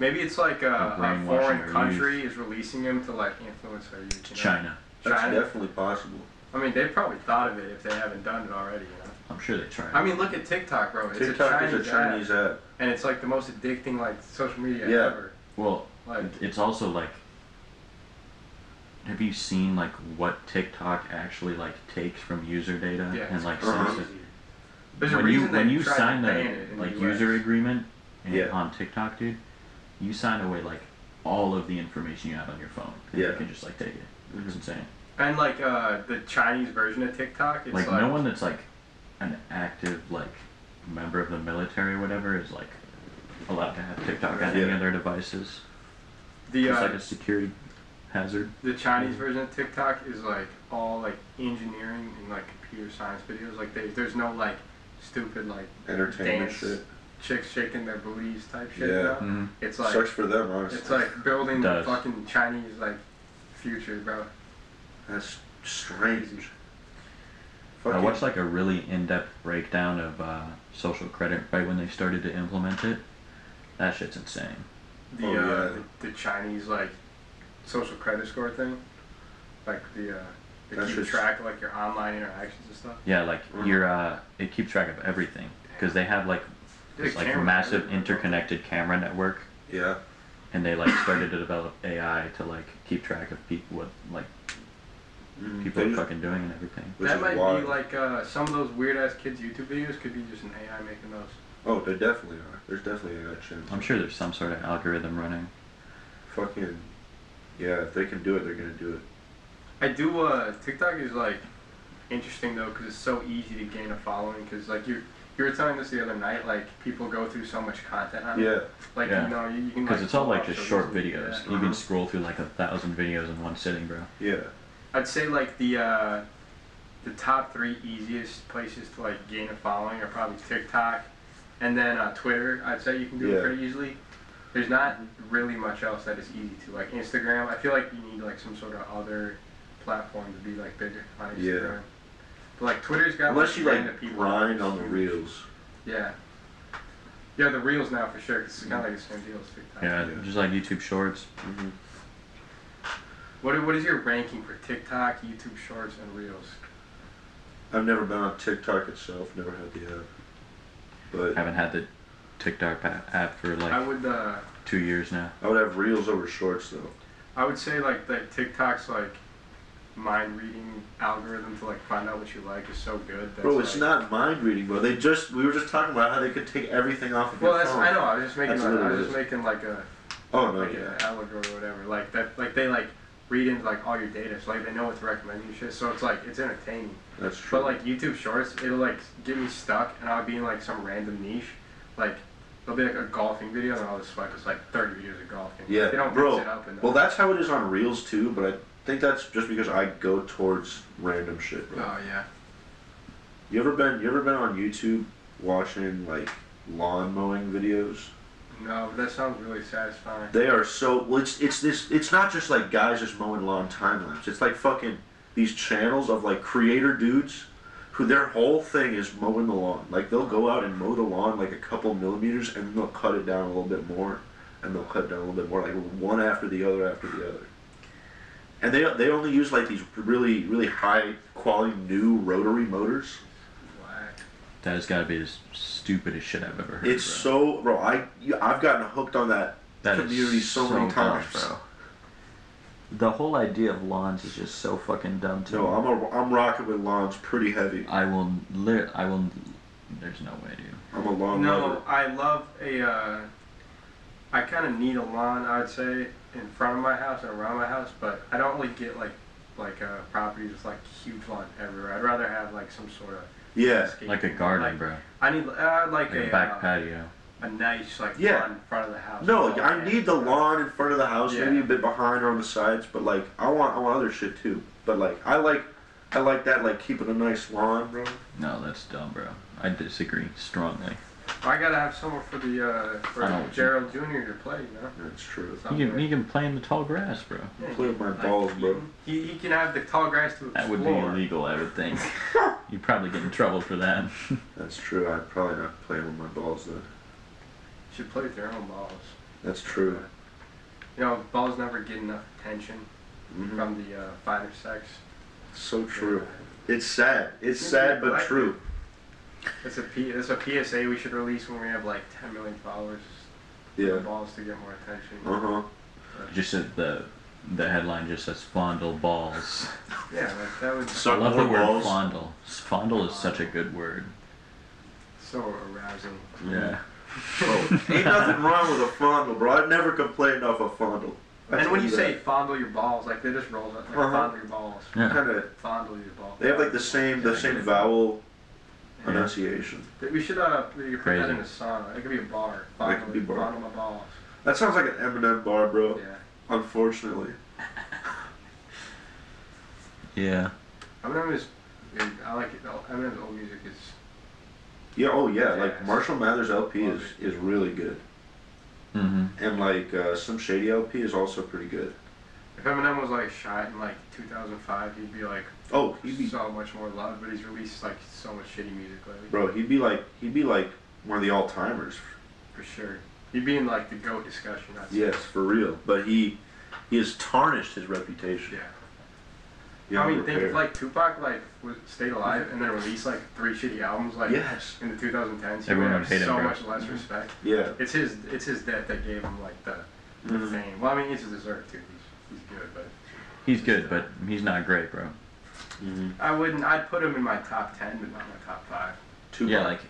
Speaker 3: maybe it's like uh, a, a
Speaker 2: brainwashing our
Speaker 3: foreign
Speaker 2: youth.
Speaker 3: country is releasing them to like influence our youth. You know?
Speaker 2: China.
Speaker 1: That's
Speaker 3: China.
Speaker 1: definitely possible.
Speaker 3: I mean, they probably thought of it if they haven't done it already. You know.
Speaker 2: I'm sure they tried.
Speaker 3: I mean, look at TikTok, bro. It's
Speaker 1: TikTok
Speaker 3: a Chinese,
Speaker 1: is a Chinese app.
Speaker 3: app, and it's like the most addicting like social media
Speaker 1: Yeah.
Speaker 3: ever.
Speaker 2: well,
Speaker 3: Like,
Speaker 2: It- It's also like, have you seen like what TikTok actually like takes from user data
Speaker 3: yeah,
Speaker 2: and like
Speaker 3: it's
Speaker 1: uh-huh.
Speaker 2: sends
Speaker 3: crazy.
Speaker 2: it?
Speaker 3: There's a
Speaker 2: when you
Speaker 3: reason
Speaker 2: when
Speaker 3: they
Speaker 2: you
Speaker 3: tried to
Speaker 2: sign
Speaker 3: ban it
Speaker 2: the
Speaker 3: in the
Speaker 2: like
Speaker 3: US.
Speaker 2: user agreement in-
Speaker 1: Yeah.
Speaker 2: on TikTok, dude, you sign away like all of the information you have on your phone. And
Speaker 1: Yeah.
Speaker 2: you can just like take it.
Speaker 1: Mhm.
Speaker 3: Mm-hmm.
Speaker 2: It's insane.
Speaker 3: And like uh, the Chinese version of TikTok, it's
Speaker 2: like,
Speaker 3: like,
Speaker 2: no one that's like an active like member of the military or whatever is like allowed to have TikTok on any
Speaker 1: Yeah.
Speaker 2: of their devices.
Speaker 3: the
Speaker 2: It's
Speaker 3: uh,
Speaker 2: like a Mm. security hazard.
Speaker 3: the Chinese version of TikTok is like all like engineering and like computer science videos. Like they, there's no like stupid like
Speaker 1: Entertainment
Speaker 3: dance
Speaker 1: shit.
Speaker 3: chicks shaking their booties type shit.
Speaker 1: Yeah.
Speaker 3: you know?
Speaker 2: Mhm.
Speaker 3: It's like
Speaker 1: Sucks for them, honestly.
Speaker 3: it's like building the
Speaker 2: Does.
Speaker 3: fucking Chinese like future, bro.
Speaker 1: That's strange.
Speaker 2: I
Speaker 1: Fucking-
Speaker 2: watched like a really in-depth breakdown of uh, social credit right when they started to implement it. That shit's insane.
Speaker 3: The
Speaker 1: Oh,
Speaker 3: uh,
Speaker 1: yeah.
Speaker 3: the, the Chinese like social credit score thing, like the uh, they
Speaker 1: That's
Speaker 3: keep
Speaker 1: just-
Speaker 3: track of like your online interactions and stuff.
Speaker 2: Yeah, like
Speaker 1: Mhm.
Speaker 2: you're uh, it keeps track of everything because they have like this
Speaker 3: Yeah,
Speaker 2: like
Speaker 3: camera,
Speaker 2: massive
Speaker 3: everything, bro.
Speaker 2: interconnected camera network,
Speaker 1: yeah.
Speaker 2: and they like started to develop AI to like keep track of people what like
Speaker 1: Mhm.
Speaker 2: people
Speaker 1: They
Speaker 2: are
Speaker 1: just-
Speaker 2: fucking doing and everything.
Speaker 1: which
Speaker 3: Mm-hmm. that
Speaker 1: is
Speaker 3: might
Speaker 1: wild.
Speaker 3: be like uh, some of those weird ass kids YouTube videos could be just an AI making those.
Speaker 1: Oh, they definitely are. There's definitely a chance.
Speaker 2: I'm sure there's some sort of algorithm running.
Speaker 1: Fucking. Yeah, if they can do it, they're gonna do it.
Speaker 3: I do. Uh, TikTok is like interesting though because it's so easy to gain a following. Because like you you were telling us the other night, like people go through so much content on it.
Speaker 1: Yeah.
Speaker 3: Like
Speaker 2: Yeah.
Speaker 3: you know you, you can.
Speaker 2: Because
Speaker 3: like,
Speaker 2: it's all
Speaker 3: pull
Speaker 2: like
Speaker 3: up
Speaker 2: just
Speaker 3: so
Speaker 2: short
Speaker 3: easily,
Speaker 2: videos.
Speaker 3: yeah.
Speaker 2: You can scroll through like a thousand videos in one sitting, bro.
Speaker 1: Yeah.
Speaker 3: I'd say like the uh, the top three easiest places to like gain a following are probably TikTok, and then uh, Twitter. I'd say you can do
Speaker 1: Yeah.
Speaker 3: it pretty easily. There's not really much else that is easy to like Instagram. I feel like you need like some sort of other platform to be like bigger on
Speaker 1: Yeah.
Speaker 3: Instagram. But like Twitter's got
Speaker 1: Unless you
Speaker 3: random
Speaker 1: like
Speaker 3: people.
Speaker 1: grind on the reels.
Speaker 3: Yeah. Yeah, the reels now for sure. 'cause it's kind of like the same deal as TikTok.
Speaker 2: Yeah,
Speaker 1: Yeah.
Speaker 2: just like YouTube Shorts.
Speaker 1: Mm-hmm.
Speaker 3: What What is your ranking for TikTok, YouTube Shorts, and Reels?
Speaker 1: I've never been on TikTok itself. Never had the app. But
Speaker 2: Haven't had the TikTok pa- app for
Speaker 3: I
Speaker 2: like
Speaker 3: would. uh
Speaker 2: two years now.
Speaker 1: I would have reels over shorts though.
Speaker 3: I would say like like TikTok's like mind reading algorithm to like find out what you like is so good. That's
Speaker 1: Bro, it's
Speaker 3: like-
Speaker 1: not mind reading, bro. They just we were just talking about how they could take everything off of
Speaker 3: Well,
Speaker 1: your
Speaker 3: that's
Speaker 1: phone.
Speaker 3: I know. I was just making
Speaker 1: That's
Speaker 3: like, I
Speaker 1: literally
Speaker 3: was just making like a
Speaker 1: Oh no,
Speaker 3: like
Speaker 1: yeah.
Speaker 3: an allegory or whatever. Like that like they like read into like all your data, so like they know what to recommend you shit. So it's like it's entertaining.
Speaker 1: That's true.
Speaker 3: But like YouTube Shorts, it'll like get me stuck, and I'll be in like some random niche, like. It'll be like a golfing video, and I'll just swipe. It's like 30 videos of golfing.
Speaker 1: Yeah,
Speaker 3: they don't
Speaker 1: bro.
Speaker 3: mix it up. And
Speaker 1: well, that's how it is on reels too. But I think that's just because I go towards random shit, bro.
Speaker 3: oh yeah.
Speaker 1: You ever been you ever been on YouTube watching like lawn mowing videos?
Speaker 3: No, but that sounds really satisfying.
Speaker 1: They are so well it's it's this it's not just like guys just mowing lawn time lapse. It's like fucking these channels of like creator dudes who their whole thing is mowing the lawn. Like they'll go out and mow the lawn like a couple millimeters and then they'll cut it down a little bit more and they'll cut it down a little bit more, like one after the other after the other. And they they only use like these really, really high quality new rotary motors.
Speaker 3: Whack.
Speaker 2: That has got to be the stupidest shit I've ever heard.
Speaker 1: It's
Speaker 2: bro.
Speaker 1: so bro. I you- I've gotten hooked on that.
Speaker 2: That is
Speaker 1: community so many
Speaker 2: dumb,
Speaker 1: times.
Speaker 2: bro. The whole idea of lawns is just so fucking dumb to
Speaker 1: No,
Speaker 2: me.
Speaker 1: I'm a, I'm rocking with lawns pretty heavy.
Speaker 2: I will. Li- I will. There's no way, dude.
Speaker 1: I'm a lawn
Speaker 3: No,
Speaker 1: lover.
Speaker 3: I love a. Uh, I kind of need a lawn, I would say, in front of my house and around my house, but I don't really get like like a property with like huge lawn everywhere. I'd rather have like some sort of
Speaker 1: Yeah,
Speaker 3: landscape.
Speaker 2: Like a garden,
Speaker 3: Like,
Speaker 2: bro.
Speaker 3: I need uh, like,
Speaker 2: Like
Speaker 3: a,
Speaker 2: a back
Speaker 3: uh,
Speaker 2: patio.
Speaker 3: a nice like
Speaker 1: Yeah.
Speaker 3: lawn in front of the house.
Speaker 1: no,
Speaker 3: Oh,
Speaker 1: I
Speaker 3: man.
Speaker 1: need the lawn in front of the house,
Speaker 3: Yeah.
Speaker 1: maybe a bit behind or on the sides, but like I want I want other shit too. But like I like I like that like keeping a nice lawn, bro.
Speaker 2: No, that's dumb, bro. I disagree strongly.
Speaker 3: I gotta have somewhere for the uh,
Speaker 2: I know
Speaker 3: for
Speaker 2: what you-
Speaker 3: Gerald Jr. to play. You know.
Speaker 1: That's true.
Speaker 3: It's
Speaker 2: You
Speaker 3: not
Speaker 2: can,
Speaker 3: fair.
Speaker 2: you can play in the tall grass, bro.
Speaker 3: Yeah,
Speaker 1: Play with my balls, bro.
Speaker 3: He, he can have the tall grass to explore.
Speaker 2: That would be illegal, I would think. You'd probably get in trouble for that.
Speaker 1: That's true. I'd probably not play with my balls though.
Speaker 3: Should play with their own balls.
Speaker 1: That's true.
Speaker 3: You know, balls never get enough attention.
Speaker 1: Mhm.
Speaker 3: from the uh, fighter sex.
Speaker 1: So true. It's sad. It's sad but true.
Speaker 3: It's a P- it's a PSA we should release when we have like 10 million followers.
Speaker 1: Yeah.
Speaker 3: Balls to get more attention.
Speaker 1: Uh huh.
Speaker 2: Just that the the headline just says fondle balls.
Speaker 3: Yeah, like that was
Speaker 2: I
Speaker 1: Suck
Speaker 2: love
Speaker 1: more
Speaker 2: the word
Speaker 1: balls.
Speaker 2: fondle. Fondle is such a good word.
Speaker 3: so arousing.
Speaker 1: Mm-hmm.
Speaker 2: Yeah.
Speaker 1: Bro, Oh, ain't nothing wrong with a fondle, bro. I've never complained off a fondle. I
Speaker 3: and when you
Speaker 1: tell
Speaker 3: say
Speaker 1: that.
Speaker 3: fondle your balls, like they just roll up. Like,
Speaker 1: Uh-huh.
Speaker 3: Fondle your balls.
Speaker 2: Yeah.
Speaker 1: kind of
Speaker 3: Fondle your balls.
Speaker 1: They have like the same the same vowel
Speaker 2: Yeah.
Speaker 1: pronunciation.
Speaker 3: Th- We should uh, we could put that
Speaker 2: Crazy.
Speaker 3: in a song. It could be a bar.
Speaker 1: That
Speaker 3: Fondle,
Speaker 1: could be bar. Oh.
Speaker 3: fondle my balls.
Speaker 1: That sounds like an Eminem bar, bro.
Speaker 3: Yeah.
Speaker 1: Unfortunately,
Speaker 2: Yeah.
Speaker 3: Eminem is. I like it. Eminem's old music is.
Speaker 1: yeah. Oh yeah, like
Speaker 3: Yes.
Speaker 1: Marshall Mathers LP is is really good,
Speaker 2: Mm-hmm.
Speaker 1: and like uh, some Shady LP is also pretty good.
Speaker 3: If Eminem was like shot in like 2005, he'd be like
Speaker 1: Oh, he'd be
Speaker 3: so much more love, but he's released like so much shitty music lately.
Speaker 1: bro. He'd be like he'd be like one of the all timers.
Speaker 3: For sure. He'd be in like the GOAT discussion. I'd say.
Speaker 1: Yes, for real. But he he has tarnished his reputation.
Speaker 3: Yeah.
Speaker 1: Yeah,
Speaker 3: I mean, think if like Tupac like was stayed alive and then released like three shitty albums like
Speaker 1: yes,
Speaker 3: in the 2010s, he would
Speaker 2: Everyone
Speaker 3: have
Speaker 2: would hate him,
Speaker 3: so
Speaker 2: bro.
Speaker 3: much less respect.
Speaker 1: yeah.
Speaker 3: It's his it's his death that gave him like the, the
Speaker 1: Mhm.
Speaker 3: fame. Well, I mean, he's deserved too. He's, he's good, but
Speaker 2: He's good, but he's not great, bro.
Speaker 1: Mhm.
Speaker 3: I wouldn't. I'd put him in my top ten, but not my top five.
Speaker 1: Tupac.
Speaker 2: Yeah, like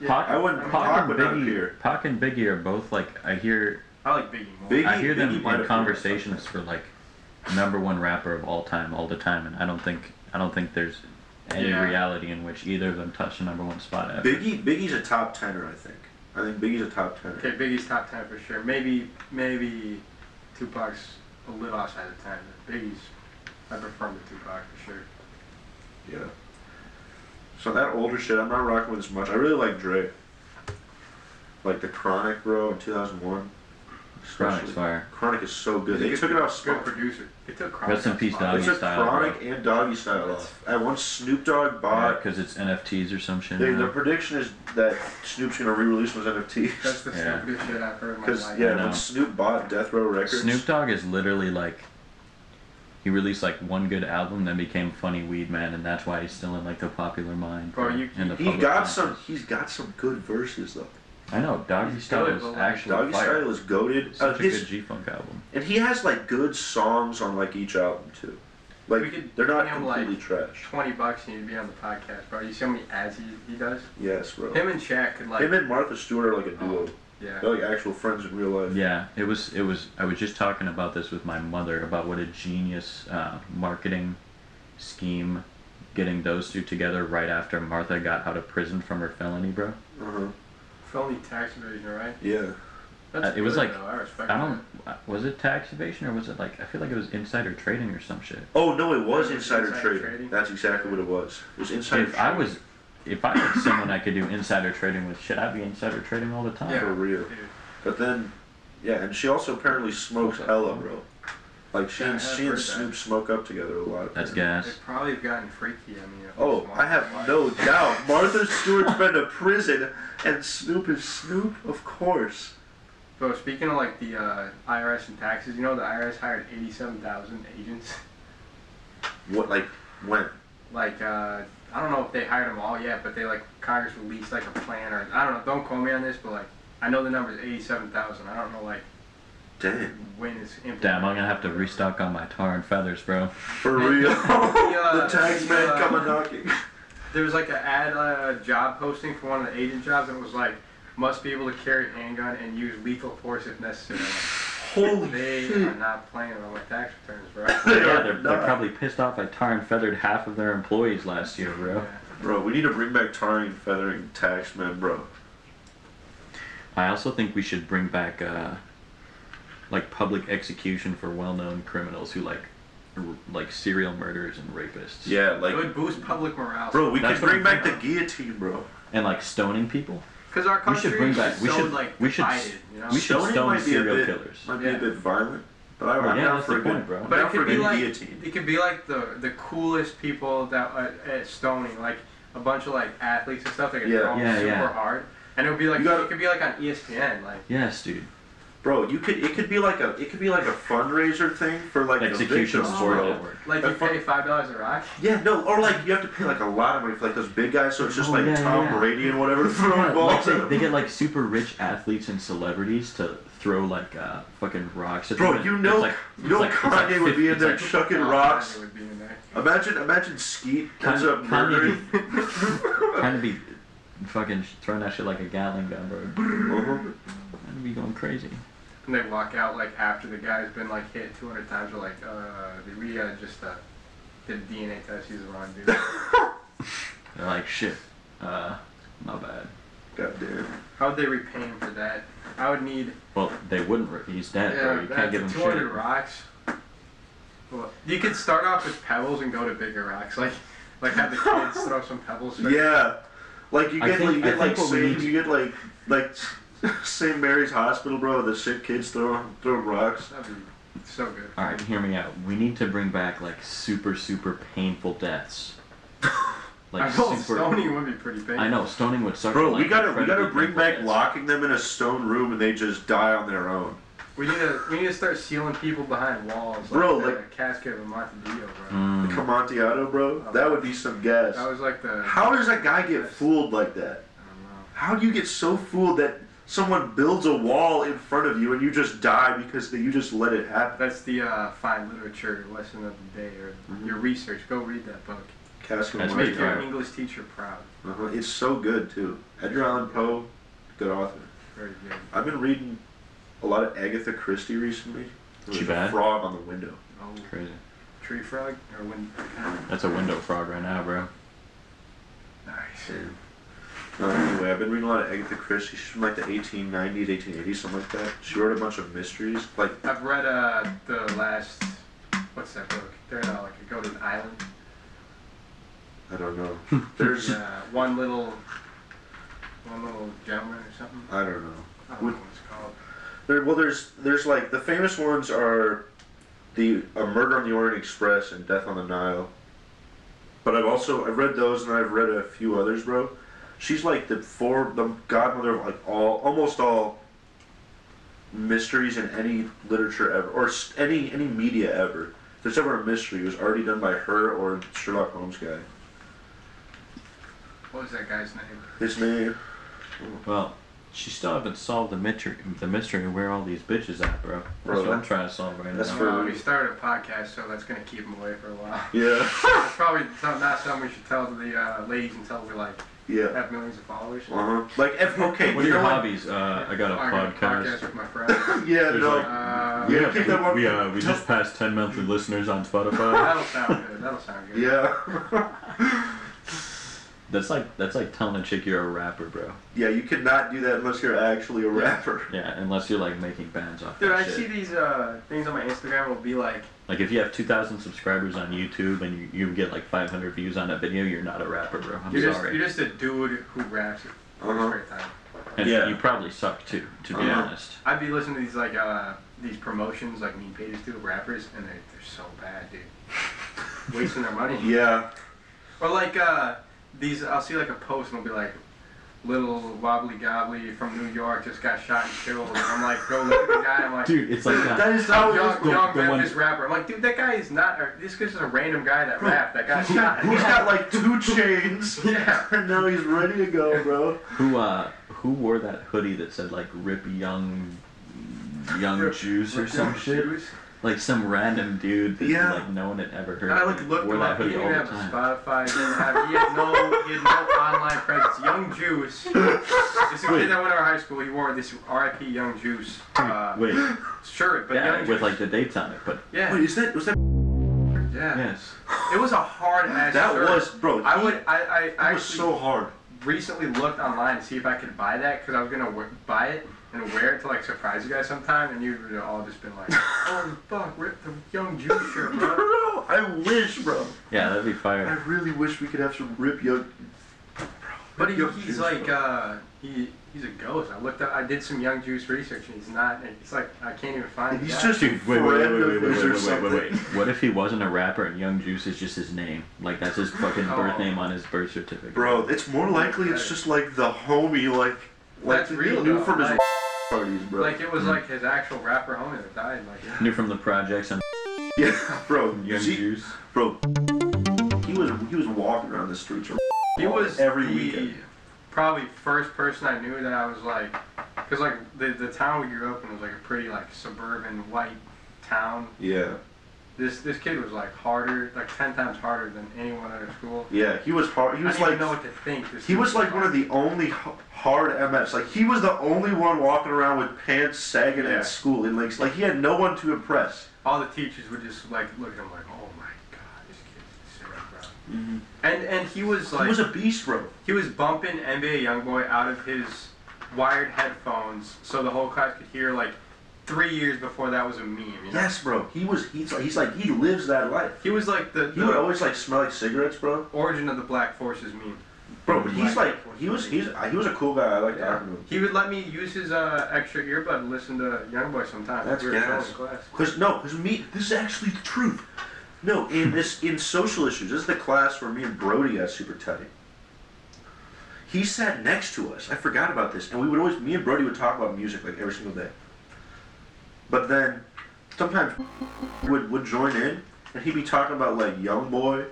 Speaker 3: Yeah,
Speaker 2: Pac,
Speaker 1: I wouldn't- Pac
Speaker 2: Pac and
Speaker 1: would not appear.
Speaker 2: Biggie. Pac and Biggie are both like I hear
Speaker 3: I like Biggie more.
Speaker 1: Big-
Speaker 2: I hear
Speaker 1: Biggie
Speaker 2: them
Speaker 1: might appear
Speaker 2: in conversations for like number one rapper of all time, all the time, and I don't think I don't think there's any
Speaker 3: Yeah.
Speaker 2: reality in which either of them touch the number one spot ever.
Speaker 1: Biggie. Biggie's a top tenor, I think. I think Biggie's a top tenor.
Speaker 3: Okay, Biggie's top ten for sure. Maybe maybe Tupac's a little outside of ten, but Biggie's I prefer him to Tupac for sure.
Speaker 1: Yeah. So that older shit, I'm not rocking with as much. I really like Dre. Like the Chronic, bro, in 2001.
Speaker 2: Chronic's
Speaker 1: Especially.
Speaker 2: fire.
Speaker 1: Chronic is so good.
Speaker 3: He's a
Speaker 1: They
Speaker 3: good-
Speaker 1: took it off
Speaker 3: Good
Speaker 1: Spotify.
Speaker 3: producer. They took Chronic
Speaker 2: Rest in
Speaker 3: off
Speaker 2: peace,
Speaker 3: Spotify.
Speaker 1: They
Speaker 2: Doggy
Speaker 1: took
Speaker 2: Style,
Speaker 1: Chronic and Doggy Style off. At once Snoop Dogg bought.
Speaker 2: Because it's NFTs or some shit.
Speaker 1: Uh, They,
Speaker 2: you know?
Speaker 1: the prediction is that Snoop's gonna re-release him as NFT.
Speaker 3: That's the
Speaker 2: Yeah.
Speaker 3: stupidest shit I've heard in my
Speaker 1: Because
Speaker 3: life.
Speaker 2: I
Speaker 1: yeah,
Speaker 2: know.
Speaker 1: when Snoop bought Death Row Records,
Speaker 2: Snoop Dogg is literally like he released like one good album, then became Funny Weed Man, and that's why he's still in like the popular mind.
Speaker 3: Bro,
Speaker 2: or
Speaker 3: you-
Speaker 2: in the
Speaker 1: he
Speaker 2: public
Speaker 1: got
Speaker 2: conscious.
Speaker 1: some. He's got some good verses though.
Speaker 2: I know Doggy
Speaker 3: He's
Speaker 2: Style
Speaker 3: good,
Speaker 2: is
Speaker 3: but, like,
Speaker 2: actually
Speaker 1: Doggy
Speaker 2: fire.
Speaker 1: Style is goaded. Uh,
Speaker 2: Such a
Speaker 1: his-
Speaker 2: good G Funk album.
Speaker 1: and he has like good songs on like each album too.
Speaker 3: We
Speaker 1: Like
Speaker 3: could
Speaker 1: they're not
Speaker 3: name,
Speaker 1: completely
Speaker 3: like-
Speaker 1: trash.
Speaker 3: Twenty bucks and you'd be on the podcast, bro. You see how many ads he, he does?
Speaker 1: Yes, bro.
Speaker 3: Him and Shaq could like Oh,
Speaker 1: Him and Martha Stewart are like a duo.
Speaker 3: yeah.
Speaker 1: They're like actual friends in real life.
Speaker 2: Yeah, it was. It was. I was just talking about this with my mother about what a genius uh, marketing scheme getting those two together right after Martha got out of prison from her felony, bro.
Speaker 1: Uh huh.
Speaker 3: Felony tax evasion, right?
Speaker 1: Yeah.
Speaker 3: That's
Speaker 2: Uh, it was
Speaker 3: good,
Speaker 2: like-
Speaker 3: though. I respect
Speaker 2: I don't.
Speaker 3: that.
Speaker 2: Was it tax evasion or was it like? I feel like it was insider trading or some shit.
Speaker 1: Oh no, it was
Speaker 3: It was
Speaker 1: insider,
Speaker 3: insider
Speaker 1: trading.
Speaker 3: trading.
Speaker 1: That's exactly what it was. It was insider.
Speaker 2: If I was, if I had someone I could do insider trading with, shit, I'd be insider trading all the time.
Speaker 1: for real.
Speaker 3: Dude.
Speaker 1: But then, yeah, and she also apparently smokes
Speaker 2: Okay.
Speaker 1: hella, bro. Like she
Speaker 3: Yeah,
Speaker 1: and
Speaker 3: I have
Speaker 1: she and
Speaker 3: heard that.
Speaker 1: Snoop smoke up together a lot.
Speaker 2: That's
Speaker 1: apparently.
Speaker 2: gas.
Speaker 3: They've probably have gotten freaky. I mean, if
Speaker 1: Oh,
Speaker 3: it's
Speaker 1: I have
Speaker 3: Martha,
Speaker 1: no
Speaker 3: like-
Speaker 1: doubt. Martha Stewart's been to prison, and Snoop is Snoop, of course.
Speaker 3: Bro, speaking of like the uh, IRS and taxes, you know the IRS hired eighty-seven thousand agents.
Speaker 1: What, like, when?
Speaker 3: Like, uh, I don't know if they hired them all yet, but they like Congress released like a plan or I don't know. Don't quote me on this, but like I know the number is eighty-seven thousand. I don't know like
Speaker 1: Damn.
Speaker 3: when it's implemented.
Speaker 2: Damn, I'm gonna have to restock on my tar and feathers, bro.
Speaker 1: For real. the
Speaker 3: uh,
Speaker 1: tax
Speaker 3: the,
Speaker 1: man
Speaker 3: uh,
Speaker 1: coming knocking.
Speaker 3: There was like an ad uh, job posting for one of the agent jobs, and it was like must be able to carry handgun and use lethal force if necessary.
Speaker 1: Holy
Speaker 3: They
Speaker 1: shit.
Speaker 3: are not playing on my tax returns, bro.
Speaker 1: They
Speaker 2: yeah,
Speaker 1: are
Speaker 2: they're, they're
Speaker 1: not.
Speaker 2: probably pissed off I tar and feathered half of their employees last year, bro.
Speaker 3: Yeah.
Speaker 1: Bro, we need to bring back tarring, feathering, tax man, bro.
Speaker 2: I also think we should bring back uh, like public execution for well-known criminals who like r- like serial murderers and rapists.
Speaker 1: Yeah, like,
Speaker 3: it would boost public morale.
Speaker 1: bro, we
Speaker 2: That's
Speaker 1: can
Speaker 2: what
Speaker 1: bring
Speaker 2: I'm
Speaker 1: back the
Speaker 2: thinking
Speaker 1: guillotine, bro.
Speaker 2: And like stoning people.
Speaker 3: because our
Speaker 2: We
Speaker 3: country
Speaker 2: should bring
Speaker 3: is
Speaker 2: back. We
Speaker 3: so
Speaker 2: should.
Speaker 3: like
Speaker 2: we should.
Speaker 3: divided, you know.
Speaker 2: We should
Speaker 1: Stoning
Speaker 2: stone
Speaker 1: might be a
Speaker 2: serial
Speaker 1: bit-
Speaker 2: killers.
Speaker 1: Might be
Speaker 3: Yeah.
Speaker 1: a bit violent, but I, I'm
Speaker 2: yeah,
Speaker 1: down
Speaker 2: that's
Speaker 1: for
Speaker 2: the
Speaker 1: a good,
Speaker 2: point, bro.
Speaker 1: But
Speaker 3: but
Speaker 1: down
Speaker 3: it
Speaker 1: for a
Speaker 3: could be
Speaker 1: good
Speaker 3: like
Speaker 1: guillotine.
Speaker 3: it could be like the the coolest people that uh, at stoning, like a bunch of like athletes and stuff that get
Speaker 1: Yeah.
Speaker 3: thrown
Speaker 2: Yeah,
Speaker 3: super
Speaker 2: yeah.
Speaker 3: hard, and it would be like
Speaker 1: You gotta-
Speaker 3: it could be like on E ESPN, like
Speaker 2: Yes, dude.
Speaker 1: Bro, you could it could be like a it could be like a fundraiser thing for like
Speaker 2: Execution
Speaker 1: the victims,
Speaker 2: for
Speaker 1: bro.
Speaker 2: network.
Speaker 3: like
Speaker 1: But
Speaker 3: you
Speaker 1: for-
Speaker 3: pay five dollars a ride.
Speaker 1: Yeah, no, or like you have to pay like a lot of money for like those big guys, so it's just
Speaker 2: Oh,
Speaker 1: like
Speaker 2: yeah,
Speaker 1: Tom
Speaker 2: yeah, yeah.
Speaker 1: Brady and whatever
Speaker 2: Yeah,
Speaker 1: throwing
Speaker 2: like
Speaker 1: balls.
Speaker 2: they, they get like super rich athletes and celebrities to throw like uh, fucking rocks at them.
Speaker 1: Bro,
Speaker 2: and
Speaker 1: you
Speaker 2: it's
Speaker 1: know,
Speaker 2: like-
Speaker 1: you know,
Speaker 2: it's like- it's
Speaker 1: Kanye
Speaker 2: like
Speaker 1: would be
Speaker 2: 50
Speaker 1: in there
Speaker 2: it's like-
Speaker 1: chucking
Speaker 3: Oh,
Speaker 1: rocks.
Speaker 3: it would be in there.
Speaker 1: Imagine, imagine Skeet ends
Speaker 2: Kanye-
Speaker 1: up murdering.
Speaker 2: trying to be fucking sh- throwing that shit like a Gatling gun, bro. I'd be going crazy.
Speaker 3: And they walk out like after the guy's been like hit 200 times. They're like, uh, did we uh, just uh, did a DNA test. He's the wrong dude.
Speaker 2: They're like, shit, uh, my bad.
Speaker 1: God damn.
Speaker 3: How would they repay him for that? I would need
Speaker 2: Well, they wouldn't. Re- he's dead, bro. You can't
Speaker 3: that's
Speaker 2: give him
Speaker 3: 200
Speaker 2: shit.
Speaker 3: rocks. Well, you could start off with pebbles and go to bigger rocks, like like have the kids throw some pebbles.
Speaker 1: Yeah, like you
Speaker 2: I
Speaker 1: get
Speaker 2: think-
Speaker 1: like you
Speaker 2: I
Speaker 1: get like
Speaker 2: think what we
Speaker 1: Saint,
Speaker 2: need-
Speaker 1: you get like like St. Mary's Hospital, bro. The sick kids throw throw rocks.
Speaker 3: that'd be so good.
Speaker 2: All right, hear me out. We need to bring back like super, super painful deaths. Like
Speaker 3: I know
Speaker 2: super.
Speaker 3: Stony would be pretty big.
Speaker 2: I know stoning would suck.
Speaker 1: Bro,
Speaker 2: but,
Speaker 1: we
Speaker 2: like,
Speaker 1: gotta we gotta
Speaker 2: incredibly
Speaker 1: bring
Speaker 2: painful
Speaker 1: back
Speaker 2: deaths.
Speaker 1: locking them in a stone room and they just die on their own.
Speaker 3: We need to we need to start sealing people behind walls.
Speaker 1: Bro,
Speaker 3: like, the
Speaker 1: like-
Speaker 3: casket of Montevideo, bro.
Speaker 1: The
Speaker 2: Mm.
Speaker 1: Camontiato, bro. That would be some gas.
Speaker 3: That was like the
Speaker 1: How does that guy get fooled like that?
Speaker 3: I don't know.
Speaker 1: How do you get so fooled that someone builds a wall in front of you and you just die because the, you just let it happen.
Speaker 3: That's the uh, fine literature lesson of the day, or
Speaker 1: Mhm.
Speaker 3: your research. Go read that book.
Speaker 1: Castle
Speaker 2: Mm-hmm. That's
Speaker 1: White.
Speaker 2: me,
Speaker 3: Make your
Speaker 2: yeah.
Speaker 3: English teacher proud.
Speaker 1: Uh-huh. It's so good too. Edgar Allan Poe, good author.
Speaker 3: Very good.
Speaker 1: I've been reading a lot of Agatha Christie recently. There's
Speaker 2: She
Speaker 1: a
Speaker 2: bad?
Speaker 1: frog on the window.
Speaker 3: Oh,
Speaker 2: Crazy.
Speaker 3: tree frog or wind.
Speaker 2: That's a window frog right now, bro.
Speaker 3: Nice.
Speaker 1: Uh, anyway, I've been reading a lot of Agatha Christie. She's from like the 1890s, 1880s, something like that. She wrote a bunch of mysteries. Like,
Speaker 3: I've read uh, the last. What's that book? They're uh, like they go to an island.
Speaker 1: I don't know. There's,
Speaker 3: Uh, one little, one little gentleman or something.
Speaker 1: I don't know.
Speaker 3: I don't know what it's called.
Speaker 1: There, well, there's there's like the famous ones are the a Murder on the Orient Express and Death on the Nile. But I've also I've read those and I've read a few others, bro. She's like the for the godmother of like all almost all mysteries in any literature ever or s- any any media ever. If there's ever a mystery, it was already done by her or Sherlock Holmes guy.
Speaker 3: What was that guy's name?
Speaker 1: His name.
Speaker 2: Well, she still haven't solved the mystery, the mystery of where all these bitches at, bro. That's
Speaker 1: Bro,
Speaker 2: what I'm
Speaker 1: that-
Speaker 2: trying to solve right
Speaker 1: that's
Speaker 2: now.
Speaker 1: for-
Speaker 3: Uh, we started a podcast, so that's gonna keep him away for a while.
Speaker 1: Yeah.
Speaker 3: That's probably some- not something we should tell to the uh, ladies until we like
Speaker 1: Yeah.
Speaker 3: have millions of followers.
Speaker 1: Uh huh. Like if, okay.
Speaker 2: What are
Speaker 1: you
Speaker 2: your
Speaker 1: know what?
Speaker 2: hobbies? Uh, I got a
Speaker 3: I got a
Speaker 2: podcast.
Speaker 3: podcast with my friends.
Speaker 1: Yeah.
Speaker 2: There's,
Speaker 1: No.
Speaker 2: like,
Speaker 3: Uh,
Speaker 2: We
Speaker 1: Yeah,
Speaker 2: have
Speaker 1: keep that one-
Speaker 2: we, uh, we just passed 10 monthly listeners on Spotify.
Speaker 3: That'll sound good. That'll sound good.
Speaker 1: yeah.
Speaker 2: That's like that's like telling a chick you're a rapper, bro.
Speaker 1: Yeah, you could not do that unless you're actually a rapper.
Speaker 2: Yeah, unless you're like making bands off
Speaker 3: Dude,
Speaker 2: that
Speaker 3: I
Speaker 2: shit.
Speaker 3: see these uh, things on my Instagram. Will be like,
Speaker 2: Like if you have 2,000 subscribers on YouTube and you, you get like 500 views on a video, you're not a rapper, bro. I'm
Speaker 3: you're just
Speaker 2: sorry.
Speaker 3: you're just a dude who raps. at
Speaker 1: Uh-huh.
Speaker 3: the Great time.
Speaker 2: and
Speaker 1: Yeah.
Speaker 2: you probably suck too, to be
Speaker 1: Uh-huh.
Speaker 2: honest.
Speaker 3: I'd be listening to these like uh, these promotions like me and Peters do of rappers, and they're they're so bad, dude. Wasting their money.
Speaker 1: Yeah.
Speaker 3: Or like uh, these, I'll see like a post and it'll be like, little wobbly gobbly from New York just got shot and killed, and I'm like, go look at the guy. I'm like,
Speaker 2: Dude, it's like uh, that.
Speaker 1: That is how
Speaker 3: Some
Speaker 1: it is.
Speaker 3: young,
Speaker 2: the-
Speaker 3: young
Speaker 2: the one-
Speaker 3: Memphis rapper. I'm like, dude, that guy is not. A, this is just a random guy that rapped. That got
Speaker 1: Who-
Speaker 3: shot.
Speaker 1: Who's got like two chains?
Speaker 3: Yeah.
Speaker 1: And now he's ready to go, bro.
Speaker 2: Who uh who wore that hoodie that said like Rip Young Young
Speaker 3: Rip-
Speaker 2: Juice or
Speaker 3: Rip
Speaker 2: some
Speaker 3: Young
Speaker 2: shit?
Speaker 3: Juice?
Speaker 2: Like some random dude that
Speaker 1: Yeah.
Speaker 2: like no one had ever heard.
Speaker 3: And I
Speaker 2: of.
Speaker 3: like
Speaker 2: He
Speaker 3: looked
Speaker 2: wore
Speaker 3: him
Speaker 2: that
Speaker 3: up. He
Speaker 2: hoodie
Speaker 3: didn't
Speaker 2: all
Speaker 3: even
Speaker 2: the
Speaker 3: have
Speaker 2: time.
Speaker 3: Spotify. He didn't have. He had no. He had no online presence. Young Juice. This is a
Speaker 2: Wait.
Speaker 3: kid that went to our high school. He wore this R.I.P. Young Juice uh,
Speaker 2: Wait,
Speaker 3: shirt, but
Speaker 2: yeah,
Speaker 3: Young
Speaker 2: with
Speaker 3: Juice.
Speaker 2: like the dates on it, but
Speaker 3: yeah,
Speaker 1: Wait, is that was that?
Speaker 3: yeah,
Speaker 2: yes.
Speaker 3: It was a hard ass.
Speaker 1: That
Speaker 3: shirt.
Speaker 1: was, bro.
Speaker 3: I would. I. I
Speaker 1: That
Speaker 3: actually
Speaker 1: was so hard.
Speaker 3: recently looked online to see if I could buy that because I was gonna wear, buy it and wear it to like surprise you guys sometime, and you would have all just been like, "Oh fuck, rip the young Jew shirt, bro."
Speaker 1: Bro, I wish, bro.
Speaker 2: Yeah, that'd be
Speaker 1: I
Speaker 2: fire.
Speaker 1: really wish we could have some rip young.
Speaker 3: But he,
Speaker 1: Young
Speaker 3: he's
Speaker 1: Juice,
Speaker 3: like,
Speaker 1: bro.
Speaker 3: uh, he he's a ghost. I looked up, I did some young Juice research, and he's not. It's like I can't even find.
Speaker 1: He's
Speaker 3: that.
Speaker 1: just a
Speaker 2: Wait, wait,
Speaker 1: friend
Speaker 2: wait, wait,
Speaker 1: of
Speaker 2: wait, wait,
Speaker 1: his or
Speaker 2: wait, wait, wait,
Speaker 1: something.
Speaker 2: wait. What if he wasn't a rapper and Young Juice is just his name? Like that's his fucking birth
Speaker 3: Oh.
Speaker 2: name on his birth certificate.
Speaker 1: Bro, it's more likely it's just like the homie, like like
Speaker 3: That's
Speaker 1: that
Speaker 3: real,
Speaker 1: he knew
Speaker 3: though.
Speaker 1: from his
Speaker 3: Like-
Speaker 1: parties, bro.
Speaker 3: like it was like his actual rapper homie that died. Like
Speaker 2: New from the projects on
Speaker 1: yeah, bro.
Speaker 2: Young
Speaker 1: Zeke-
Speaker 2: Juice.
Speaker 1: bro. He was he was walking around the streets.
Speaker 3: he was
Speaker 1: Every
Speaker 3: the
Speaker 1: weekend.
Speaker 3: probably first person I knew that I was like, because like the the town we grew up in was like a pretty like suburban white town.
Speaker 1: Yeah.
Speaker 3: This this kid was like harder, like ten times harder than anyone at our school.
Speaker 1: Yeah, he was hard. He
Speaker 3: I
Speaker 1: was
Speaker 3: didn't even
Speaker 1: like
Speaker 3: know what to think. This
Speaker 1: he
Speaker 3: dude
Speaker 1: was like one of the only h- hard MFs. Like he was the only one walking around with pants sagging
Speaker 3: Yeah.
Speaker 1: at school. And like, like he had no one to impress.
Speaker 3: all the teachers would just like look at him like, oh my god, this kid's sick, bro. And and he was like
Speaker 1: Mm-hmm. he was a beast, bro.
Speaker 3: he was bumping NBA YoungBoy out of his wired headphones so the whole class could hear like three years before that was a meme. You know?
Speaker 1: Yes, bro. He was. He's like. He's like. He lives that life.
Speaker 3: He was like the,
Speaker 1: He would
Speaker 3: the
Speaker 1: always like smell like cigarettes, bro.
Speaker 3: origin of the Black Forces meme.
Speaker 1: Bro, but he's like. He was. He's. uh, He was a cool guy. I like talking to him.
Speaker 3: He would let me use his uh, extra earbud and listen to YoungBoy sometimes.
Speaker 1: That's
Speaker 3: we were
Speaker 1: gas.
Speaker 3: in class.
Speaker 1: Cause no, cause me. This is actually the truth. No, in this in social issues, this is the class where me and Brody got super tight. He sat next to us. I forgot about this, and we would always me and Brody would talk about music like every single day. But then sometimes would would join in, and he'd be talking about like Young Boy,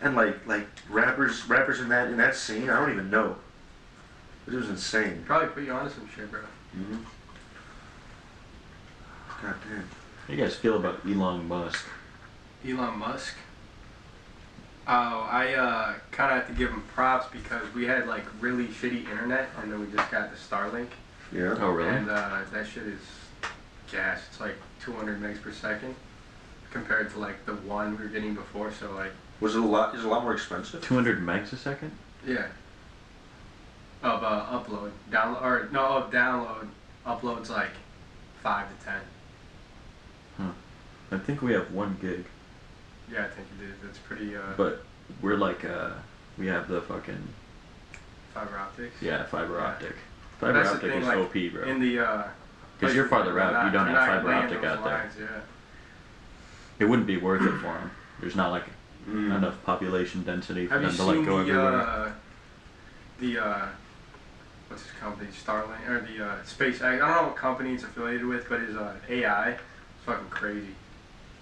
Speaker 1: and like like rappers rappers in that in that scene. I don't even know. It was insane.
Speaker 3: Probably put you on to some shit, bro.
Speaker 1: hmm God damn.
Speaker 2: How you guys feel about Elon Musk?
Speaker 3: Elon Musk. Oh, I uh, kind of have to give him props because we had like really shitty internet, and then we just got the Starlink.
Speaker 1: Yeah.
Speaker 2: Oh, really?
Speaker 3: And uh, that shit is gas. It's like 200 megs per second compared to like the one we were getting before. So like,
Speaker 1: Was it a lot? Is it a lot more expensive?
Speaker 2: 200 megs a second?
Speaker 3: yeah. Of uh, upload, download, or no, of download, uploads like five to ten.
Speaker 2: I think we have one gig,
Speaker 3: Yeah, I think it is. That's pretty uh,
Speaker 2: but we're like, uh, we have the fucking,
Speaker 3: fiber optics.
Speaker 2: yeah, fiber
Speaker 3: Yeah.
Speaker 2: optic. Fiber
Speaker 3: That's the
Speaker 2: optic
Speaker 3: thing,
Speaker 2: is
Speaker 3: like,
Speaker 2: OP, bro.
Speaker 3: In the uh,
Speaker 2: Because you're farther
Speaker 3: places
Speaker 2: out, you
Speaker 3: where
Speaker 2: don't
Speaker 3: they're
Speaker 2: have
Speaker 3: not
Speaker 2: fiber
Speaker 3: laying
Speaker 2: optic
Speaker 3: those
Speaker 2: out there.
Speaker 3: lines, Yeah.
Speaker 2: It wouldn't be worth it for them. There's not like
Speaker 1: Mm.
Speaker 2: enough population density for
Speaker 3: Have you
Speaker 2: them to like
Speaker 3: seen
Speaker 2: go
Speaker 3: the
Speaker 2: everywhere.
Speaker 3: uh, the uh, what's his company Starlink or the uh, SpaceX? I don't know what company it's affiliated with, but it's uh, AI. It's fucking crazy.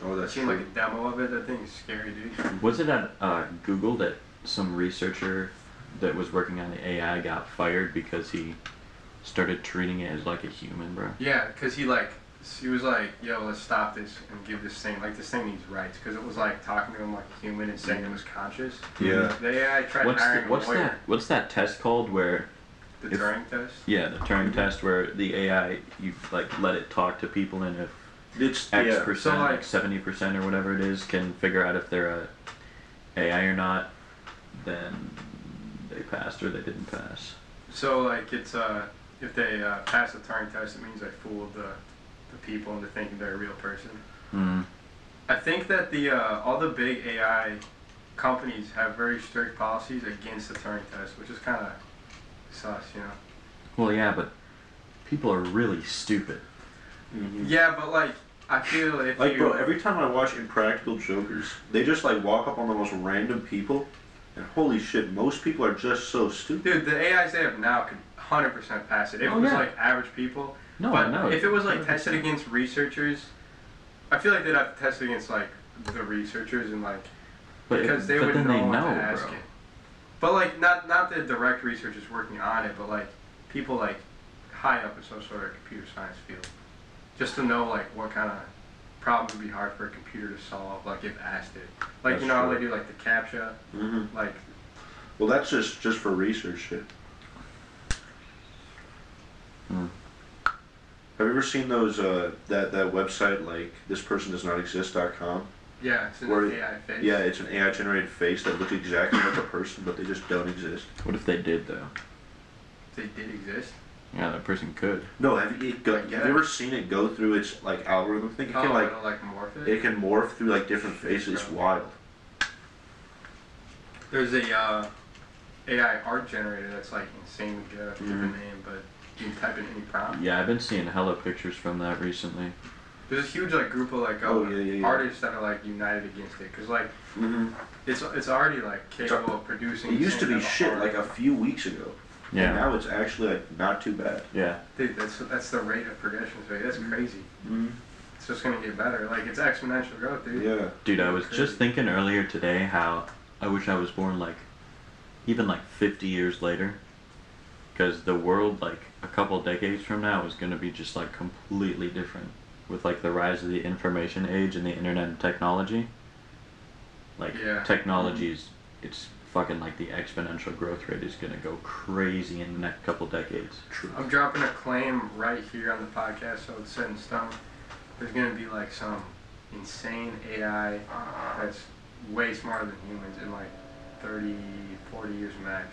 Speaker 1: Oh,
Speaker 3: I
Speaker 1: that's
Speaker 3: seen like a
Speaker 1: true.
Speaker 3: demo of it. That thing is scary, dude.
Speaker 2: Was it at uh, Google that some researcher that was working on the AI got fired because he started treating it as like a human, bro?
Speaker 3: Yeah, because he like he was like, yo, let's stop this and give this thing like this thing needs rights because it was like talking to him like a human and saying it was conscious.
Speaker 1: Yeah.
Speaker 3: The AI tried
Speaker 2: What's the,
Speaker 3: hiring
Speaker 2: what's
Speaker 3: a lawyer.
Speaker 2: that? What's that test called where?
Speaker 3: The
Speaker 2: If-
Speaker 3: Turing test.
Speaker 2: Yeah, the
Speaker 3: Mm-hmm.
Speaker 2: Turing test where the AI you like let it talk to people and if
Speaker 1: Mm-hmm. It's
Speaker 2: X
Speaker 1: yeah.
Speaker 2: percent,
Speaker 3: So,
Speaker 2: like
Speaker 3: like-
Speaker 2: seventy percent or whatever it is, can figure out if they're a AI or not, then they passed or they didn't pass.
Speaker 3: So like it's uh if they uh, pass the Turing test, it means they fooled the the people into thinking they're a real person. Mm-hmm.
Speaker 2: Mm.
Speaker 3: I think that the uh, all the big AI companies have very strict policies against the Turing test, which is kind of sus, you know.
Speaker 2: Well, yeah, but people are really stupid.
Speaker 1: Mhm.
Speaker 3: Yeah, but like I feel if
Speaker 1: Like,
Speaker 3: you
Speaker 1: bro, every time I watch Impractical Jokers, they just like walk up on the most random people, and holy shit, most people are just so stupid.
Speaker 3: dude, the AIs they have now could 100% pass it. If
Speaker 2: Oh,
Speaker 3: it was
Speaker 2: yeah.
Speaker 3: like average people,
Speaker 2: No,
Speaker 3: but
Speaker 2: I know.
Speaker 3: if it was like tested
Speaker 2: 100%.
Speaker 3: against researchers, I feel like they'd have to test it against like the researchers and like
Speaker 2: but it-
Speaker 3: because they
Speaker 2: but
Speaker 3: would
Speaker 2: then
Speaker 3: know,
Speaker 2: they
Speaker 3: what
Speaker 2: know,
Speaker 3: to ask
Speaker 2: bro.
Speaker 3: it. But like, not not the direct researchers working on it, but like people like high up in some sort of computer science field, just to know like what kind of problem would be hard for a computer to solve, like if asked it. Like
Speaker 2: That's
Speaker 3: you know how
Speaker 2: true.
Speaker 3: they do like the captcha,
Speaker 1: Mm-hmm.
Speaker 3: like
Speaker 1: Well, that's just just for research shit.
Speaker 2: Hmm.
Speaker 1: Have you ever seen those uh, that that website like this person does not exist.com?
Speaker 3: yeah, it's an
Speaker 1: Where-
Speaker 3: AI face.
Speaker 1: Yeah, it's an AI generated face that looks exactly like a person, but they just don't exist.
Speaker 2: What if they did though?
Speaker 3: they did exist.
Speaker 2: Yeah, that person could.
Speaker 1: No, have you, it go, have you ever seen it go through its like algorithm thing? It
Speaker 3: oh,
Speaker 1: can like
Speaker 3: it'll, like morph it.
Speaker 1: it can morph through like different faces. It's wild.
Speaker 3: There's a uh, AI art generator that's like insanely good. I forget the
Speaker 1: Mm-hmm.
Speaker 3: name, but you can type in any prompt.
Speaker 2: Yeah, I've been seeing hella pictures from that recently.
Speaker 3: There's a huge like group of like uh,
Speaker 1: Oh, yeah, yeah, yeah.
Speaker 3: artists that are like united against it because like
Speaker 1: Mm-hmm.
Speaker 3: it's it's already like capable of producing.
Speaker 1: It used to
Speaker 3: the
Speaker 1: be
Speaker 3: same
Speaker 1: shit
Speaker 3: level of
Speaker 1: like uh a
Speaker 3: art.
Speaker 1: few weeks ago. And
Speaker 2: Yeah.
Speaker 1: now it's actually like not too bad.
Speaker 2: Yeah.
Speaker 3: dude. That's that's the rate of progression. Rate. That's crazy.
Speaker 1: Mm-hmm.
Speaker 3: It's just gonna get better. Like it's exponential growth, dude.
Speaker 1: Yeah.
Speaker 2: Dude, I was just thinking earlier today how I wish I was born like even like 50 years later because the world like a couple decades from now is going to be just like completely different with like the rise of the information age and the internet and technology. Like
Speaker 3: Yeah.
Speaker 2: technology is it's fucking like the exponential growth rate is going to go crazy in the next couple decades.
Speaker 1: True.
Speaker 3: I'm dropping a claim right here on the podcast, so it's set in stone. There's gonna be like some insane AI that's way smarter than humans in like 30, 40 years max,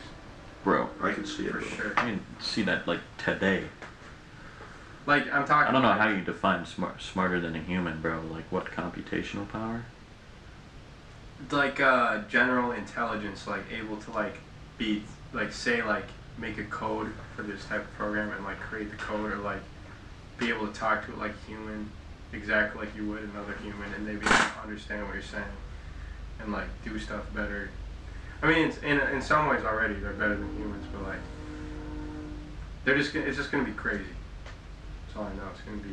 Speaker 2: Bro,
Speaker 1: I can see it.
Speaker 3: for
Speaker 1: bro.
Speaker 3: sure.
Speaker 2: I can see that like today.
Speaker 3: Like I'm talking.
Speaker 2: I don't know
Speaker 3: like,
Speaker 2: how you define smart smarter than a human, bro. Like what computational power?
Speaker 3: like uh, general intelligence, like able to like be like say like make a code for this type of program and like create the code or like be able to talk to it like a human, exactly like you would another human, and they be able to understand what you're saying and like do stuff better. I mean, it's, in in some ways already they're better than humans, but like they're just gonna, it's just gonna be crazy. That's all I know. It's gonna be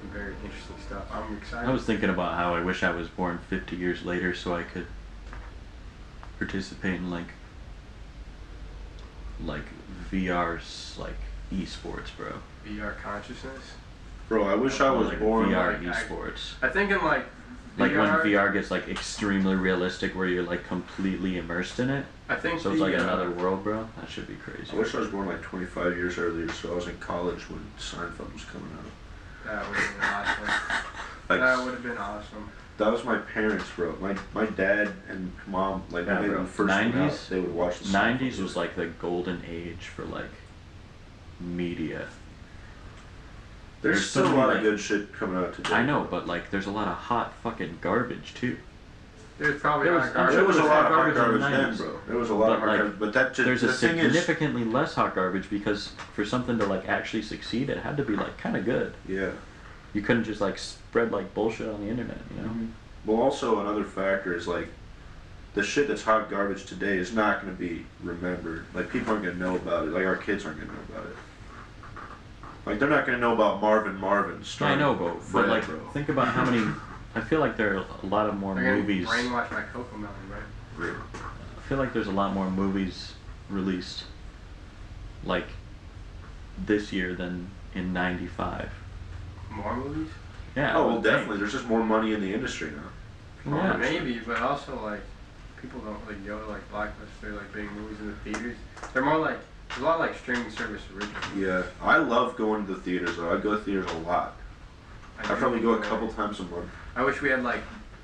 Speaker 3: some very interesting stuff. I'm excited.
Speaker 2: I was thinking about how I wish I was born 50 years later so I could participate in like like VR's like esports, bro.
Speaker 3: VR consciousness.
Speaker 1: Bro, I wish I
Speaker 2: Or,
Speaker 1: was
Speaker 2: like
Speaker 1: born
Speaker 2: VR
Speaker 1: like
Speaker 2: esports.
Speaker 3: I think in like
Speaker 2: Like
Speaker 3: VR,
Speaker 2: when VR gets like extremely realistic, where you're like completely immersed in it.
Speaker 3: I think
Speaker 2: So it's like
Speaker 3: the, uh,
Speaker 2: another world, bro. That should be crazy.
Speaker 1: I wish I was born like 25 years earlier, so I was in college when Seinfeld was coming out.
Speaker 3: That would have been awesome.
Speaker 1: Like,
Speaker 3: That would have been awesome.
Speaker 1: that was my parents, bro. My my dad and mom, like
Speaker 2: Yeah,
Speaker 1: when they
Speaker 2: bro.
Speaker 1: were first went
Speaker 2: 90s?
Speaker 1: out, they would watch the Seinfeld
Speaker 2: 90s
Speaker 1: movie.
Speaker 2: was like the golden age for like media.
Speaker 1: There's,
Speaker 2: there's
Speaker 1: still
Speaker 2: so
Speaker 1: a lot
Speaker 2: many,
Speaker 1: of good shit coming out today.
Speaker 2: I know, but like there's a lot of hot fucking garbage too.
Speaker 3: There's probably
Speaker 2: There
Speaker 3: a
Speaker 2: was-
Speaker 3: lot of
Speaker 1: There
Speaker 2: I'm sure
Speaker 3: garbage.
Speaker 1: was a lot of hard
Speaker 2: Garbage in
Speaker 1: garbage
Speaker 2: the
Speaker 1: then,
Speaker 2: 90s.
Speaker 1: bro. There was a lot
Speaker 2: But,
Speaker 1: of hard
Speaker 2: like,
Speaker 1: garbage, but that just
Speaker 2: There's
Speaker 1: the
Speaker 2: a
Speaker 1: thing is,
Speaker 2: significantly less hot garbage because for something to like actually succeed, it had to be like kind of good.
Speaker 1: yeah.
Speaker 2: You couldn't just like spread like bullshit on the internet, you know?
Speaker 1: Well, also another factor is like the shit that's hot garbage today is not going to be remembered. Like people aren't going to know about it. Like our kids aren't going to know about it. Like they're not going to know about Marvin Marvin.
Speaker 2: I
Speaker 1: starring
Speaker 2: know, but, but
Speaker 1: Fred,
Speaker 2: like
Speaker 1: bro.
Speaker 2: think about how many. I feel like there are a lot of more
Speaker 3: They're gonna
Speaker 2: movies. I
Speaker 3: brainwash my cocoa melon, right?
Speaker 1: Yeah.
Speaker 2: feel like there's a lot more movies released like this year than in '95.
Speaker 3: More movies?
Speaker 2: Yeah. I
Speaker 1: Oh well,
Speaker 2: would think.
Speaker 1: definitely. There's just more money in the industry now.
Speaker 2: Yeah.
Speaker 3: Maybe, but also like people don't really go to like blockbuster like big movies in the theaters. They're more like there's a lot of like streaming service original.
Speaker 1: Yeah, I love going to the theaters though. I go to theaters a lot. I
Speaker 3: do
Speaker 1: probably go a
Speaker 3: enjoy it.
Speaker 1: couple times a month.
Speaker 3: I wish we had like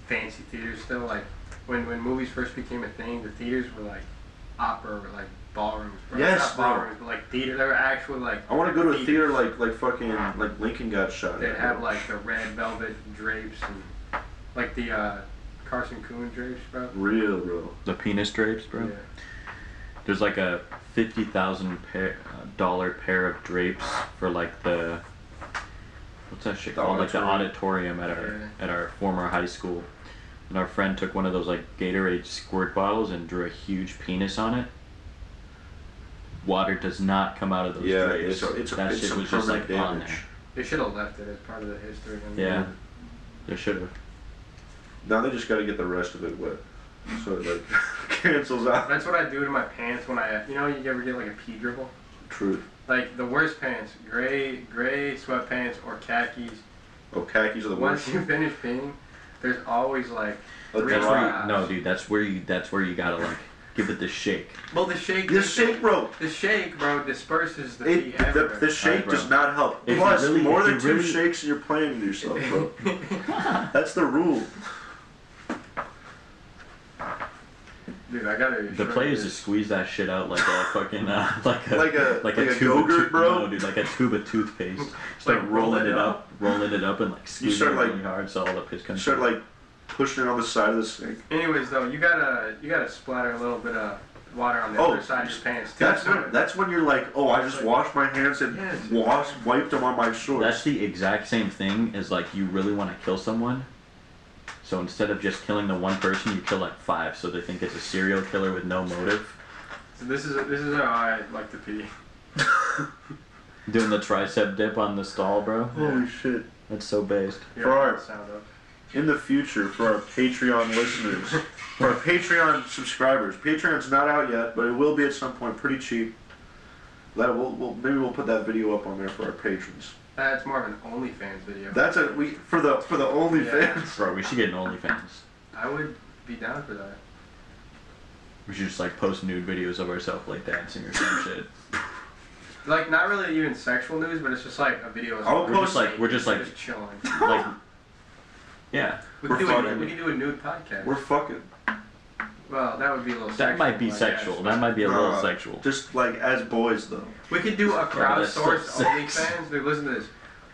Speaker 3: fancy theaters still. Like when when movies first became a thing, the theaters were like opera or like ballrooms. Bro.
Speaker 1: Yes,
Speaker 3: Not
Speaker 1: bro.
Speaker 3: ballrooms, but like theater. They were actual like.
Speaker 1: I want to go to a theater like
Speaker 3: theaters.
Speaker 1: like fucking like Lincoln got shot.
Speaker 3: They'd
Speaker 1: at.
Speaker 3: have like the red velvet drapes and like the uh, Carson Coon drapes, bro.
Speaker 1: real, bro.
Speaker 2: The penis drapes, bro.
Speaker 3: Yeah.
Speaker 2: There's like a fifty thousand pair uh, dollar pair of drapes for like the what's that shit
Speaker 1: The
Speaker 2: called? Like the
Speaker 1: auditorium.
Speaker 2: auditorium at our
Speaker 3: Yeah.
Speaker 2: at our former high school, and our friend took one of those like Gatorade squirt bottles and drew a huge penis on it. Water does not come out of those
Speaker 1: Yeah, it's
Speaker 2: drapes.
Speaker 1: a, it's a,
Speaker 2: that
Speaker 1: it's
Speaker 2: shit
Speaker 1: some
Speaker 2: was just like
Speaker 1: permanent
Speaker 2: on
Speaker 1: damage.
Speaker 2: there.
Speaker 3: They should have left it as part of the history. and-
Speaker 2: Yeah, they should have.
Speaker 1: Now they just got to get the rest of it wet, so it like cancels out.
Speaker 3: That's what I do to my pants when I, you know, you ever get like a pee dribble.
Speaker 1: Truth.
Speaker 3: Like the worst pants, gray, gray sweatpants or khakis.
Speaker 1: Oh, khakis are the
Speaker 3: Once
Speaker 1: worst.
Speaker 3: you finish peeing, there's always like
Speaker 1: A
Speaker 3: three
Speaker 2: That's
Speaker 1: drop.
Speaker 2: where
Speaker 3: drops.
Speaker 2: you, no, dude. That's where you. That's where you gotta like give it the shake.
Speaker 3: Well, the shake.
Speaker 1: The shake, bro.
Speaker 3: The shake, bro, disperses the pee
Speaker 1: It, the,
Speaker 3: everywhere.
Speaker 1: the shake
Speaker 2: Alright, bro.
Speaker 1: does not help.
Speaker 2: If you
Speaker 1: Plus,
Speaker 2: really-
Speaker 1: more
Speaker 2: if
Speaker 1: than
Speaker 2: you
Speaker 1: two
Speaker 2: really-
Speaker 1: shakes, and you're playing with yourself, bro. That's the rule.
Speaker 3: Dude, I gotta.
Speaker 2: The
Speaker 3: show
Speaker 2: play
Speaker 3: you
Speaker 2: is to
Speaker 3: this.
Speaker 2: squeeze that shit out like a fucking uh, like a
Speaker 1: Like a- like a
Speaker 2: tube of
Speaker 1: Go-Gurt,
Speaker 2: tooth-
Speaker 1: bro?
Speaker 2: No, dude, like a tube of toothpaste. Just like,
Speaker 3: Like, roll
Speaker 2: rolling
Speaker 3: it
Speaker 2: it up, rolling it up, and like squeezing
Speaker 1: start,
Speaker 2: it
Speaker 1: like-
Speaker 2: really hard so all the piss
Speaker 1: You
Speaker 2: comes.
Speaker 1: start
Speaker 2: out.
Speaker 1: like pushing it on the side of the sink.
Speaker 3: Anyways, though, you gotta you gotta splatter a little bit of water on the
Speaker 1: Oh,
Speaker 3: other side of your pants too.
Speaker 1: That's
Speaker 3: so
Speaker 1: when that's when you're like, oh, I just washed my hands and
Speaker 3: Yes.
Speaker 1: wash, wiped them on my shorts.
Speaker 2: That's the exact same thing as like you really want to kill someone. So instead of just killing the one person, you kill like five. So they think it's a serial killer with no motive.
Speaker 3: So this is this is how I like to pee.
Speaker 2: Doing the tricep dip on the stall, bro.
Speaker 1: Holy shit.
Speaker 2: That's so based.
Speaker 3: Yeah,
Speaker 1: Bro.
Speaker 3: sound up.
Speaker 1: in the future for our Patreon listeners, for our Patreon subscribers. Patreon's not out yet, but it will be at some point, pretty cheap. That we'll, we'll maybe we'll put that video up on there for our patrons.
Speaker 3: That's more of an OnlyFans video.
Speaker 1: That's a we for the for the OnlyFans.
Speaker 2: Bro, we should get an OnlyFans.
Speaker 3: I would be down for that.
Speaker 2: We should just like post nude videos of ourselves like dancing or some shit.
Speaker 3: Like not really even sexual news, but it's just like a video. of-
Speaker 1: I'll
Speaker 2: We're just like we're just like
Speaker 3: just chilling.
Speaker 2: like yeah.
Speaker 3: We
Speaker 1: We're
Speaker 3: could, do a,
Speaker 1: fucking.
Speaker 3: we could do a nude podcast.
Speaker 1: We're fucking.
Speaker 3: well, that would be a little.
Speaker 2: That might be
Speaker 3: I guess.
Speaker 2: sexual. That might be a little
Speaker 1: Uh,
Speaker 2: sexual.
Speaker 1: Just like as boys though.
Speaker 3: We could do a
Speaker 2: but that's still
Speaker 3: crowdsourced
Speaker 2: sex.
Speaker 3: OnlyFans. Dude, listen to this.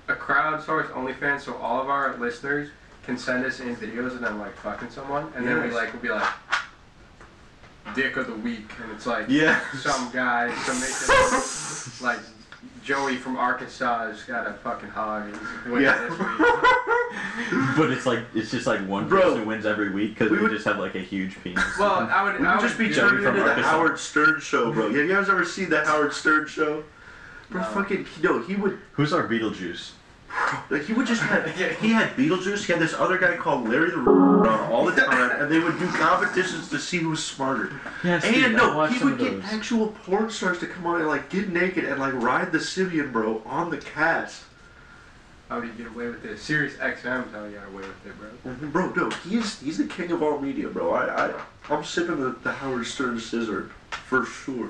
Speaker 3: A crowdsourced OnlyFans, so all of our listeners can send us in videos and I'm like fucking someone, and then we
Speaker 1: Yes.
Speaker 3: like we'll be like, dick of the week, and it's like
Speaker 1: Yeah.
Speaker 3: some guy, some making, like Joey from Arkansas has got a fucking hog. and he's winning
Speaker 1: Yeah.
Speaker 3: this week.
Speaker 2: But it's like it's just like one
Speaker 1: Bro,
Speaker 2: person wins every week because
Speaker 1: we
Speaker 2: they
Speaker 1: would-
Speaker 2: just have like a huge penis.
Speaker 3: Well, I would.
Speaker 1: We
Speaker 3: I
Speaker 1: would
Speaker 3: would
Speaker 1: just be
Speaker 3: do-
Speaker 2: Joey
Speaker 1: turned
Speaker 2: from
Speaker 1: into the
Speaker 2: Arkansas.
Speaker 1: Howard Stern show, bro. Have you guys ever seen the Howard Stern show? Bro,
Speaker 3: No.
Speaker 1: fucking no. He would
Speaker 2: Who's our Beetlejuice?
Speaker 1: Like he would just have, he had Beetlejuice. He had this other guy called Larry the on all the time, and they would do competitions to see who was smarter.
Speaker 2: Yes,
Speaker 1: and
Speaker 2: dude, I
Speaker 1: no,
Speaker 2: watched
Speaker 1: he
Speaker 2: some
Speaker 1: would
Speaker 2: of
Speaker 1: get
Speaker 2: those.
Speaker 1: actual porn stars to come on and like get naked and like ride the Simeon bro on the cast.
Speaker 3: How do you get away with this? Serious XM how you got away with it, bro.
Speaker 2: Mm-hmm.
Speaker 1: Mhm, Bro, no, he's he's the king of all media, bro. I, I I'm sipping the, the Howard Stern scissor for sure.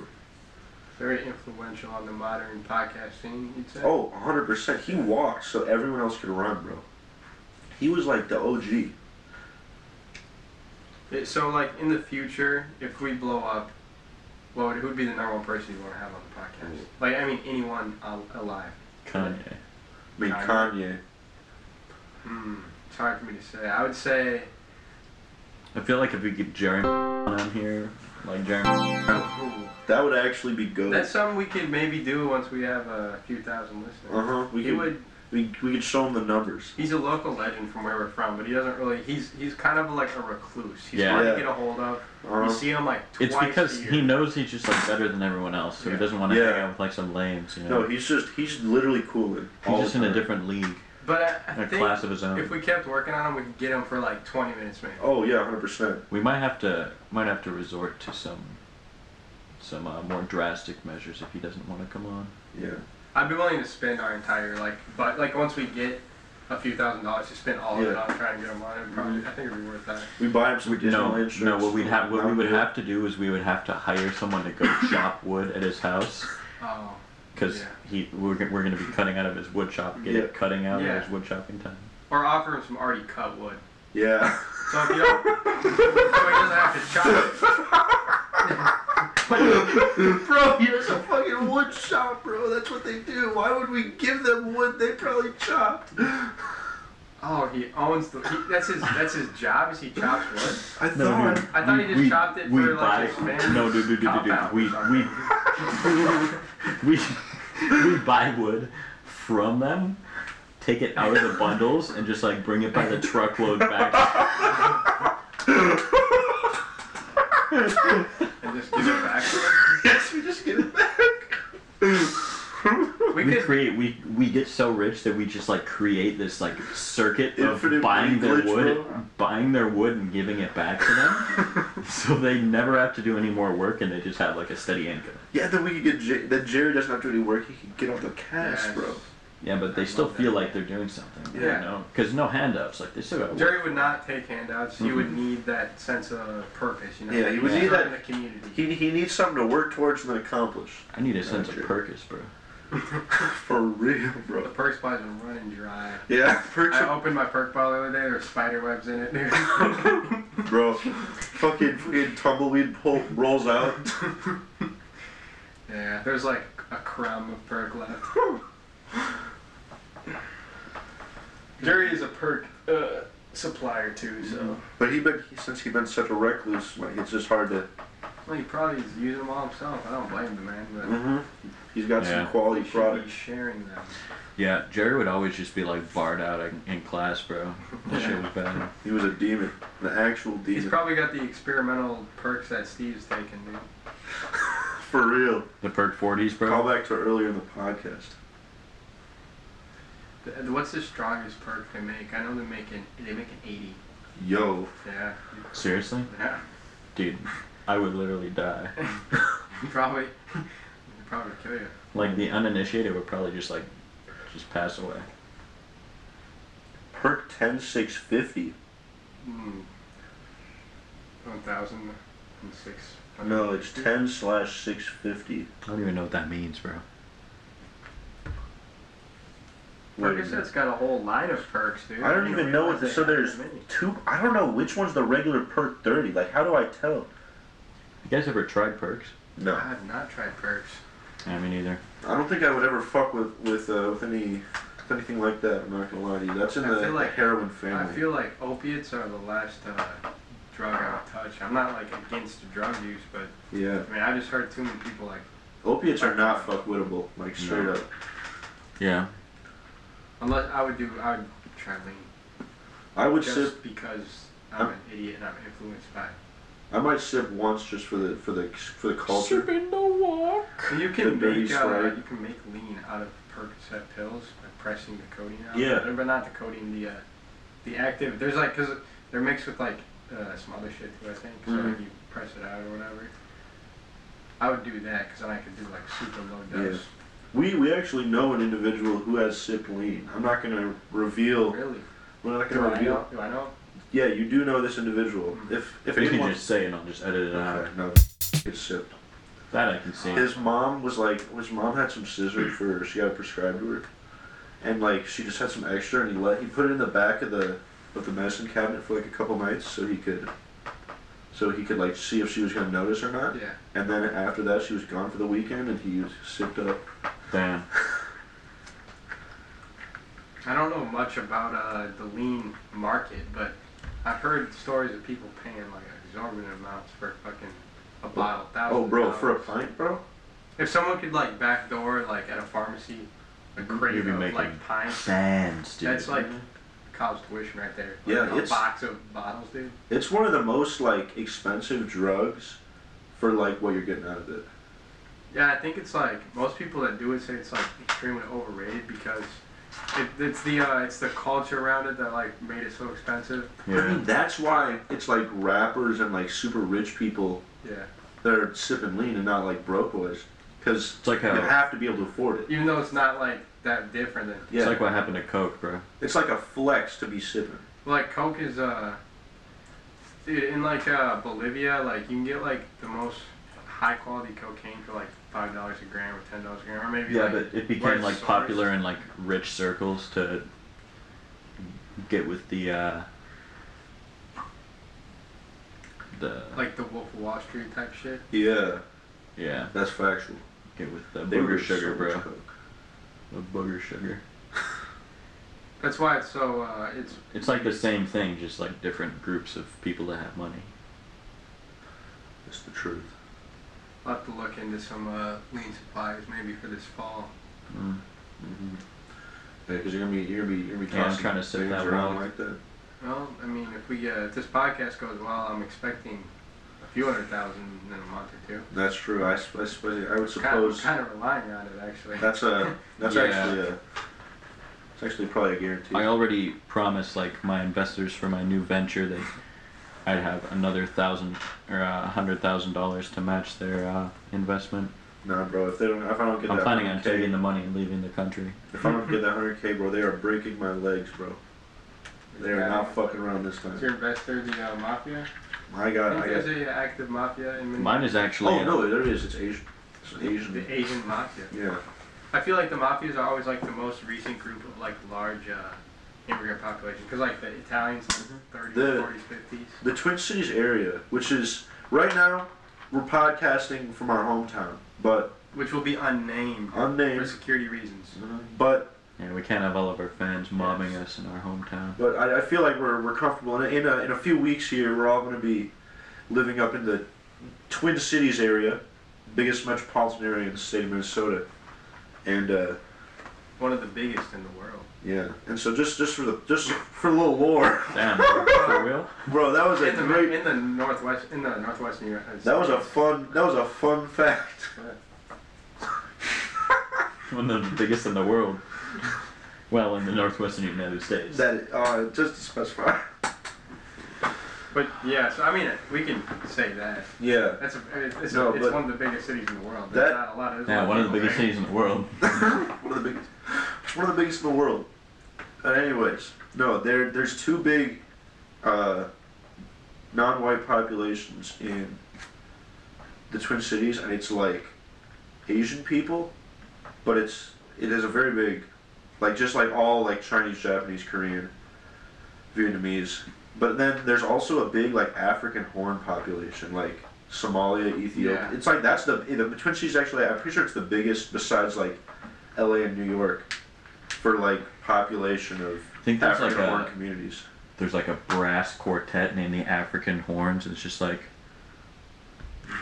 Speaker 3: Very influential on the modern podcast scene, you'd say.
Speaker 1: Oh, 100%. He walked so everyone else could run, bro. He was like the OG.
Speaker 3: Yeah, So, like, in the future, if we blow up, what would, who would be the number one person you want to have on the
Speaker 1: Mm.
Speaker 3: podcast? Like, I mean, anyone al- alive.
Speaker 2: Kanye.
Speaker 1: I mean, Kanye.
Speaker 3: Hmm, it's hard for me to say. I would say,
Speaker 2: I feel like if we get Jeremy on here, like Jeremy,
Speaker 3: ooh,
Speaker 1: That would actually be good.
Speaker 3: that's something we could maybe do once we have a few thousand
Speaker 1: uh
Speaker 3: listeners.
Speaker 1: huh. We
Speaker 3: He
Speaker 1: could
Speaker 3: would.
Speaker 1: we, we could show him the numbers.
Speaker 3: He's a local legend from where we're from, but he doesn't really. He's he's kind of like a recluse. He's
Speaker 2: Yeah.
Speaker 3: hard
Speaker 1: Yeah.
Speaker 3: to get a hold of. You
Speaker 1: Uh,
Speaker 3: see him like twice
Speaker 2: it's because
Speaker 3: a year.
Speaker 2: he knows he's just like better than everyone else, so
Speaker 3: Yeah.
Speaker 2: he doesn't want to
Speaker 1: Yeah.
Speaker 2: hang out with like some lames. You know,
Speaker 1: no, he's just he's literally cooling.
Speaker 2: he's
Speaker 1: all
Speaker 2: just
Speaker 1: the
Speaker 2: in a
Speaker 1: time.
Speaker 2: different league,
Speaker 3: But I, I
Speaker 2: a
Speaker 3: think
Speaker 2: class of his own.
Speaker 3: if we kept working on him, we could get him for like 20 minutes maybe.
Speaker 1: Oh yeah, 100%.
Speaker 2: We might have to might have to resort to some some uh, more drastic measures if he doesn't want to come on.
Speaker 1: Yeah.
Speaker 3: I'd be willing to spend our entire like, but like once we get a few thousand dollars to spend all of it
Speaker 1: Yeah.
Speaker 3: on trying to get him on, it'd probably, I think it'd be worth that.
Speaker 1: We buy him some additional
Speaker 2: No,
Speaker 1: insurance.
Speaker 2: no. What we'd have what we would
Speaker 1: Yeah.
Speaker 2: have to do is we would have to hire someone to go chop wood at his house
Speaker 3: Oh,
Speaker 2: because
Speaker 3: Yeah.
Speaker 2: he we're, g- we're gonna be cutting out of his wood shop, get it
Speaker 1: Yeah.
Speaker 2: cutting out
Speaker 3: Yeah.
Speaker 2: of his wood chopping time.
Speaker 3: or offer him some already cut wood,
Speaker 1: Yeah.
Speaker 3: so if you don't, so he doesn't have to chop
Speaker 1: bro, he has a fucking wood shop, bro. That's what they do. Why would we give them wood they probably chopped?
Speaker 3: it. Oh, he owns the. He, that's his. That's his job. Is he chops wood?
Speaker 1: I thought.
Speaker 3: I thought he just chopped it for, like, his family's
Speaker 2: No, dude, dude, dude, dude, dude.
Speaker 3: compound.
Speaker 2: We we we we buy wood from them, take it out of the bundles, and just like bring it by the truckload back.
Speaker 3: And just give it back. to him?
Speaker 1: Yes, we just get it back.
Speaker 3: We
Speaker 2: We
Speaker 3: could.
Speaker 2: create we we get so rich that we just like create this like circuit of
Speaker 1: Infinite
Speaker 2: buying their
Speaker 1: glitch,
Speaker 2: wood,
Speaker 1: bro.
Speaker 2: buying their wood and giving it back to them, so they never have to do any more work and they just have like a steady income.
Speaker 1: Yeah, then we could get Jer- then Jerry doesn't have to do any work. He can get off the cast,
Speaker 3: Yes.
Speaker 1: bro.
Speaker 2: Yeah, but
Speaker 3: I
Speaker 2: they still
Speaker 3: love
Speaker 2: feel
Speaker 3: that.
Speaker 2: like they're doing something.
Speaker 3: Yeah.
Speaker 2: You know, because no handouts. Like they still got.
Speaker 3: Jerry would not take handouts. He would need that sense of purpose, you know.
Speaker 1: Mm-hmm. Yeah, he would
Speaker 3: He's
Speaker 1: need
Speaker 3: not
Speaker 1: that-
Speaker 3: in the community.
Speaker 1: He, he needs something to work towards and then accomplish.
Speaker 2: I need a sense of
Speaker 1: Jerry.
Speaker 2: purpose, burpose, bro.
Speaker 1: For real,
Speaker 3: the
Speaker 1: bro.
Speaker 3: purse buys are running dry.
Speaker 1: Yeah,
Speaker 3: I
Speaker 1: purchase,
Speaker 3: opened my perk ball the other day. There's spider webs in it, dude.
Speaker 1: bro. Fucking fucking tumbleweed pull, rolls out.
Speaker 3: yeah, there's like a crumb of perk left. Jerry is a perk uh, supplier too, so
Speaker 1: But he been he, since he been such a recluse, like it's just hard to.
Speaker 3: well, he probably is using them all himself. I don't blame the man, but
Speaker 1: Mm-hmm. He's got
Speaker 2: Yeah.
Speaker 1: some quality
Speaker 3: he should be
Speaker 1: products.
Speaker 3: sharing them.
Speaker 2: Yeah, Jerry would always just be like barred out in, in class, bro. That shit was bad.
Speaker 1: He was a demon, an actual
Speaker 3: He's
Speaker 1: demon.
Speaker 3: probably got the experimental perks that Steve's taking, dude.
Speaker 1: For real.
Speaker 2: The perk forties, bro.
Speaker 1: Call back to earlier in the podcast.
Speaker 3: Th- What's the strongest perk they make? I know they make an they make an 80.
Speaker 1: Yo,
Speaker 3: Yeah,
Speaker 2: Seriously,
Speaker 3: yeah.
Speaker 2: dude, I would literally die.
Speaker 3: Probably, probably kill you.
Speaker 2: Like the uninitiated would probably just like just pass away.
Speaker 1: perk ten six fifty.
Speaker 3: Mm. One thousand and six.
Speaker 1: No, it's ten slash six fifty.
Speaker 2: I don't even know what that means, bro.
Speaker 3: Percocet's got a whole line of perks, dude.
Speaker 1: I don't
Speaker 3: didn't
Speaker 1: even know what.
Speaker 3: realize
Speaker 1: So
Speaker 3: they had
Speaker 1: there's
Speaker 3: that many.
Speaker 1: two. I don't know which one's the regular perk thirty. Like, how do I tell?
Speaker 2: You guys ever tried perks?
Speaker 1: No,
Speaker 3: I have not tried perks.
Speaker 2: Yeah, me neither.
Speaker 1: I don't think I would ever fuck with with uh, with any with anything like that. I'm not gonna lie to you. That's in
Speaker 3: I
Speaker 1: the,
Speaker 3: feel like-
Speaker 1: the heroin family.
Speaker 3: I feel like opiates are the last uh, drug I would touch. I'm not like against drug use, but
Speaker 1: yeah,
Speaker 3: I mean I just heard too many people like
Speaker 1: opiates are not fuck wittable. Like straight
Speaker 2: No.
Speaker 1: up.
Speaker 2: Yeah.
Speaker 3: unless I would do I would try lean
Speaker 1: I would
Speaker 3: just
Speaker 1: sip.
Speaker 3: because I'm an idiot and I'm influenced by. it.
Speaker 1: I might sip once just for the for the for the culture.
Speaker 2: the walk.
Speaker 3: You
Speaker 1: The
Speaker 3: can
Speaker 1: dirty
Speaker 3: make uh,
Speaker 1: Sprite.
Speaker 3: you can make lean out of Percocet pills, like pressing the codeine out.
Speaker 4: Yeah.
Speaker 3: But not the codeine, the uh, the active. There's like, cause they're mixed with like uh, some other shit too, I think. So
Speaker 1: Mhm.
Speaker 3: you press it out or whatever. I would do that because then I could do like super low
Speaker 1: Yeah.
Speaker 3: dose.
Speaker 1: We, we actually know an individual who has sip lean. I'm not gonna reveal.
Speaker 3: Really?
Speaker 1: We're not
Speaker 3: Do
Speaker 1: gonna
Speaker 3: I know? Mm-hmm.
Speaker 1: reveal.
Speaker 3: Do I know?
Speaker 1: Yeah, you do know this individual. If if
Speaker 2: You can
Speaker 1: anyone,
Speaker 2: just uh, say it and I'll just edit it out.
Speaker 1: Okay, no, it's sip.
Speaker 2: That I can see.
Speaker 1: His mom was like, his mom had some scissors for she got prescribed to her, and like she just had some extra, and he let he put it in the back of the of the medicine cabinet for like a couple nights, so he could, so he could like see if she was gonna notice or not.
Speaker 3: Yeah.
Speaker 1: And then after that, she was gone for the weekend, and he sipped up.
Speaker 2: Damn.
Speaker 3: I don't know much about uh, the lean market, but I've heard stories of people paying like exorbitant amounts for fucking a bottle.
Speaker 1: Oh,
Speaker 3: Thousands
Speaker 1: bro,
Speaker 3: of
Speaker 1: for a
Speaker 3: dollars.
Speaker 1: pint, bro.
Speaker 3: If someone could like backdoor like at a pharmacy, a crate
Speaker 2: You'd be
Speaker 3: of
Speaker 2: making
Speaker 3: like pints.
Speaker 2: Sands, dude.
Speaker 3: That's like college tuition right there. Like,
Speaker 1: Yeah,
Speaker 3: a
Speaker 1: it's-
Speaker 3: box of bottles, dude.
Speaker 1: It's one of the most like expensive drugs, for like what you're getting out of it.
Speaker 3: Yeah, I think it's like most people that do it say it's like extremely overrated because it, it's the uh, it's the culture around it that like made it so expensive.
Speaker 1: I
Speaker 2: Yeah.
Speaker 1: mean, that's why it's like rappers and like super rich people
Speaker 3: Yeah.
Speaker 1: that are sipping lean and not like broke boys, because
Speaker 2: It's like
Speaker 1: you
Speaker 2: how.
Speaker 1: have to be able to afford it.
Speaker 3: Even though it's not like that different than
Speaker 1: Yeah,
Speaker 2: It's like what happened to Coke, bro.
Speaker 1: a flex to be sipping.
Speaker 3: Like Coke is uh dude in like uh Bolivia, like you can get like the most high quality cocaine for like five dollars a gram or ten dollars a gram or maybe
Speaker 2: Yeah,
Speaker 3: like,
Speaker 2: but it
Speaker 3: where
Speaker 2: became
Speaker 3: it's
Speaker 2: like
Speaker 3: sourced.
Speaker 2: popular in like rich circles to get with the uh the
Speaker 3: like the Wolf of Wall Street type shit.
Speaker 1: Yeah,
Speaker 2: yeah,
Speaker 1: that's factual.
Speaker 2: get with the
Speaker 1: were
Speaker 2: booger sugar, bro.
Speaker 1: Coke.
Speaker 2: The booger sugar.
Speaker 3: That's why it's so uh it's
Speaker 2: It's like the same thing, just like different groups of people that have money.
Speaker 1: It's the truth.
Speaker 3: I'll have to look into some uh, lean supplies maybe for this fall.
Speaker 2: Mm.
Speaker 1: Mm-hmm. because you're gonna be you're gonna be you're gonna be
Speaker 2: Yeah, I'm
Speaker 1: tossing
Speaker 2: trying to sip
Speaker 1: things
Speaker 2: that
Speaker 1: around
Speaker 2: wall.
Speaker 1: like that.
Speaker 3: Well, I mean, if we uh, if this podcast goes well, I'm expecting a few hundred thousand in a month or two.
Speaker 1: That's true. I, sp- I, sp- I would
Speaker 3: Kind of,
Speaker 1: suppose
Speaker 3: kind of relying on it actually.
Speaker 1: that's a that's
Speaker 2: Yeah.
Speaker 1: actually a it's actually probably a guarantee.
Speaker 2: I already promised like my investors for my new venture that I'd have another thousand or uh, a hundred thousand dollars to match their uh, investment.
Speaker 1: Nah, bro. If they don't, if I don't get
Speaker 2: I'm
Speaker 1: that
Speaker 2: planning on
Speaker 1: 100K
Speaker 2: taking the money and leaving the country.
Speaker 1: If I don't get that 100k, bro, they are breaking my legs, bro. They are not fucking around this
Speaker 3: Is
Speaker 1: time.
Speaker 3: your investor the uh, mafia?
Speaker 1: My God, I
Speaker 3: I think there's
Speaker 1: got.
Speaker 3: a active mafia in
Speaker 2: Mine is actually
Speaker 1: Oh
Speaker 2: uh,
Speaker 1: no, there it is. It's Asian. It's an Asian.
Speaker 3: the Asian mafia.
Speaker 1: Yeah.
Speaker 3: I feel like the mafias are always like the most recent group of like large uh, immigrant population because like the Italians, like 30s,
Speaker 1: Mm-hmm. The-
Speaker 3: 40s, 50s.
Speaker 1: The Twin Cities area, which is right now, we're podcasting from our hometown, but
Speaker 3: Which will be unnamed for
Speaker 1: unnamed.
Speaker 3: security reasons.
Speaker 1: But
Speaker 2: Yeah, we can't have all of our fans mobbing us in our hometown.
Speaker 1: but I, I feel like we're we're comfortable. In a, in a in a few weeks here, we're all gonna be living up in the Twin Cities area, biggest metropolitan area in the state of Minnesota, and. uh
Speaker 3: One of the biggest in the world.
Speaker 1: Yeah, and so just just for the just for a little lore,
Speaker 2: Damn, bro, for real?
Speaker 1: bro. That was a
Speaker 3: In the,
Speaker 1: great.
Speaker 3: in the northwest, in the northwestern United States.
Speaker 1: That was a fun. That was a fun fact.
Speaker 2: One of the biggest in the world. Well, in the northwestern United States.
Speaker 1: That uh, just to specify.
Speaker 3: But yeah, so I mean, we can say that.
Speaker 1: Yeah.
Speaker 3: That's a, it's,
Speaker 1: No,
Speaker 3: it's
Speaker 1: but-
Speaker 3: one of the biggest cities in the world.
Speaker 1: That-
Speaker 3: There's not a lot of. there's
Speaker 2: yeah,
Speaker 3: not
Speaker 2: one of the
Speaker 3: people
Speaker 2: biggest
Speaker 3: there.
Speaker 2: cities in the world.
Speaker 1: one of the biggest. One of the biggest in the world. Uh, anyways, no, there there's two big, uh, non-white populations in the Twin Cities, and it's like Asian people, but it's it has a very big, like just like all like Chinese, Japanese, Korean, Vietnamese. But then there's also a big like African horn population, like Somalia, Ethiopia.
Speaker 3: Yeah.
Speaker 1: It's like that's the the Twin Cities actually. I'm pretty sure it's the biggest besides like L.A. and New York for like population of
Speaker 2: I think there's like
Speaker 1: African horn
Speaker 2: a
Speaker 1: communities.
Speaker 2: there's like a brass quartet named the African Horns. It's just like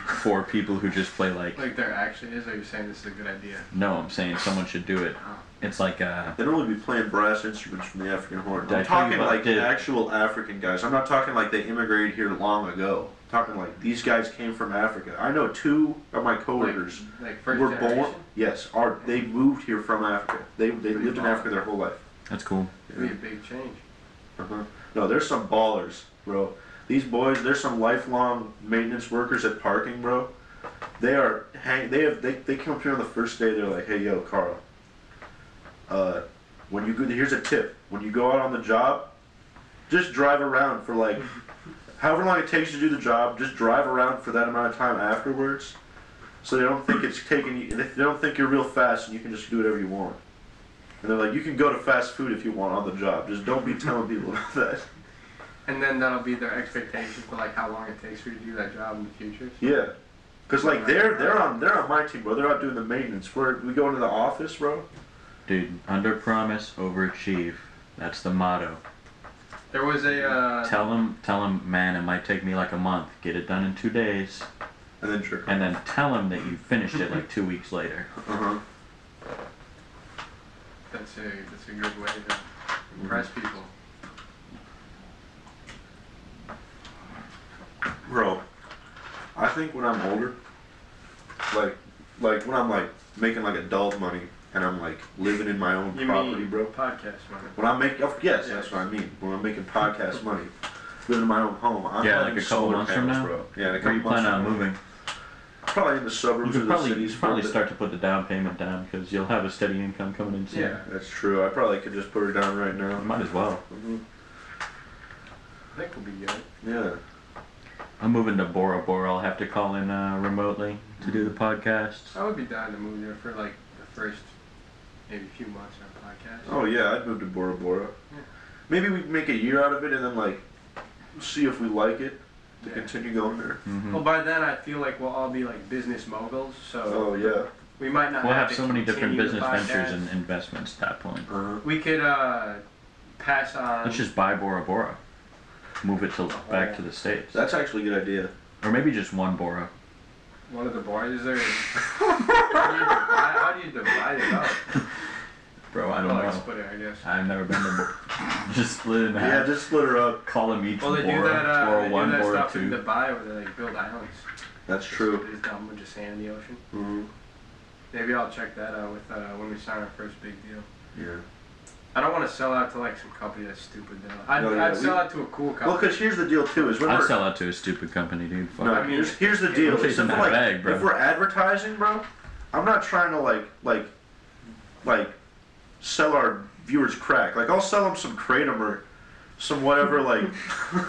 Speaker 2: for people who just play like.
Speaker 3: Like there actually is, or you're saying this is a good idea?
Speaker 2: No, I'm saying someone should do it.
Speaker 3: Oh.
Speaker 2: It's like uh,
Speaker 1: They'd only be playing brass instruments from the African Horn.
Speaker 2: Did I
Speaker 1: I'm
Speaker 2: tell you
Speaker 1: talking
Speaker 2: about
Speaker 1: like
Speaker 2: the-
Speaker 1: actual African guys. I'm not talking like they immigrated here long ago. I'm talking like these guys came from Africa. I know two of my coworkers
Speaker 3: Like first
Speaker 1: were
Speaker 3: generation.
Speaker 1: born. Yes, are they moved here from Africa? They they
Speaker 3: Pretty
Speaker 1: lived in
Speaker 3: baller.
Speaker 1: Africa their whole life.
Speaker 2: that's cool.
Speaker 3: It'd be a big change.
Speaker 1: Uh-huh. No, there's some ballers, bro. These boys, they're some lifelong maintenance workers at parking, bro. They are hang. They have. They, they come up here on the first day. They're like, hey, yo, Carl. Uh, when you go, here's a tip. When you go out on the job, just drive around for like, however long it takes you to do the job. Just drive around for that amount of time afterwards, so they don't think it's taking you. They don't think you're real fast and you can just do whatever you want. And they're like, you can go to fast food if you want on the job. Just don't be telling people about that.
Speaker 3: And then that'll be their expectation for like how long it takes for you to do that job in the future.
Speaker 1: Yeah. Cause like they're they're on they're on my team, bro. They're out doing the maintenance. We're, we go into the office, bro.
Speaker 2: Dude, under promise, overachieve. That's the motto.
Speaker 3: There was a uh,
Speaker 2: Tell him, tell him, man, it might take me like a month. Get it done in two days,
Speaker 1: And then trick.
Speaker 2: and then tell him that you finished it like two weeks later.
Speaker 1: Uh huh.
Speaker 3: that's a that's a good way to impress people.
Speaker 1: Bro, I think when I'm older, like like when I'm like making like adult money and I'm like living in my own
Speaker 3: You
Speaker 1: property,
Speaker 3: mean
Speaker 1: bro.
Speaker 3: podcast money?
Speaker 1: When I make oh, yes, that's what I mean. When I'm making podcast money, living in my own home. I'm
Speaker 2: Yeah, like
Speaker 1: having
Speaker 2: a couple
Speaker 1: solar
Speaker 2: months from
Speaker 1: panels,
Speaker 2: now?
Speaker 1: bro. Yeah, in a
Speaker 2: Where
Speaker 1: couple
Speaker 2: you
Speaker 1: months.
Speaker 2: plan on
Speaker 1: from now.
Speaker 2: moving?
Speaker 1: Probably in the
Speaker 2: You
Speaker 1: suburbs
Speaker 2: could
Speaker 1: of the
Speaker 2: probably
Speaker 1: cities.
Speaker 2: you probably
Speaker 1: but-
Speaker 2: start to put the down payment down because you'll have a steady income coming in soon.
Speaker 3: Yeah,
Speaker 1: That's true. I probably could just put her down right now.
Speaker 2: Might as well.
Speaker 1: Mhm.
Speaker 3: I think we'll be good.
Speaker 1: Yeah.
Speaker 2: I'm moving to Bora Bora. I'll have to call in uh, remotely to do the podcast.
Speaker 3: I would be down to move there for like the first maybe few months on podcast.
Speaker 1: Oh yeah, I'd move to Bora Bora.
Speaker 3: Yeah.
Speaker 1: Maybe we make a year out of it and then like see if we like it to
Speaker 3: Yeah.
Speaker 1: continue going there.
Speaker 2: hmm
Speaker 3: Well, by then I feel like we'll all be like business moguls, so
Speaker 1: Oh yeah.
Speaker 3: we might not.
Speaker 2: We'll have
Speaker 3: to
Speaker 2: so many different
Speaker 3: continue the
Speaker 2: business ventures
Speaker 3: podcast.
Speaker 2: and investments at that point.
Speaker 1: Uh-huh.
Speaker 3: we could uh, pass on.
Speaker 2: Let's just buy Bora Bora, move it to back to the states,
Speaker 1: That's actually a good idea.
Speaker 2: or maybe just one Bora.
Speaker 3: One of the bars is there. how, do you divide, how do you divide it up?
Speaker 2: Bro, I don't
Speaker 3: Well, like
Speaker 2: know.
Speaker 3: split it, I guess.
Speaker 2: I've never been to Bora. just split it in
Speaker 1: Yeah,
Speaker 2: half.
Speaker 1: just split her up.
Speaker 2: Call them each
Speaker 3: Well, they
Speaker 2: Bora,
Speaker 3: do that. Uh,
Speaker 2: Bora
Speaker 3: they do
Speaker 2: one,
Speaker 3: that
Speaker 2: Bora
Speaker 3: stuff in
Speaker 2: two.
Speaker 3: Dubai where they like build islands.
Speaker 1: That's true.
Speaker 3: They just dump a bunch of sand in the ocean.
Speaker 1: hmm
Speaker 3: Maybe I'll check that out with uh, when we sign our first big deal.
Speaker 1: Yeah.
Speaker 3: I don't want to sell out to like some company that's stupid though. I'd,
Speaker 1: No, yeah,
Speaker 3: I'd
Speaker 1: we-
Speaker 3: sell out to a cool
Speaker 1: Well,
Speaker 3: company.
Speaker 1: cause here's the deal too is when
Speaker 2: I'd
Speaker 1: we're
Speaker 2: sell out to a stupid company, dude. Fuck.
Speaker 1: no,
Speaker 3: I mean,
Speaker 1: here's here's the deal.
Speaker 2: I'm chasing
Speaker 1: Except for,
Speaker 2: that
Speaker 1: like,
Speaker 2: bag, bro.
Speaker 1: If we're advertising, bro, I'm not trying to like like like sell our viewers crack. Like I'll sell them some kratom or some whatever. Like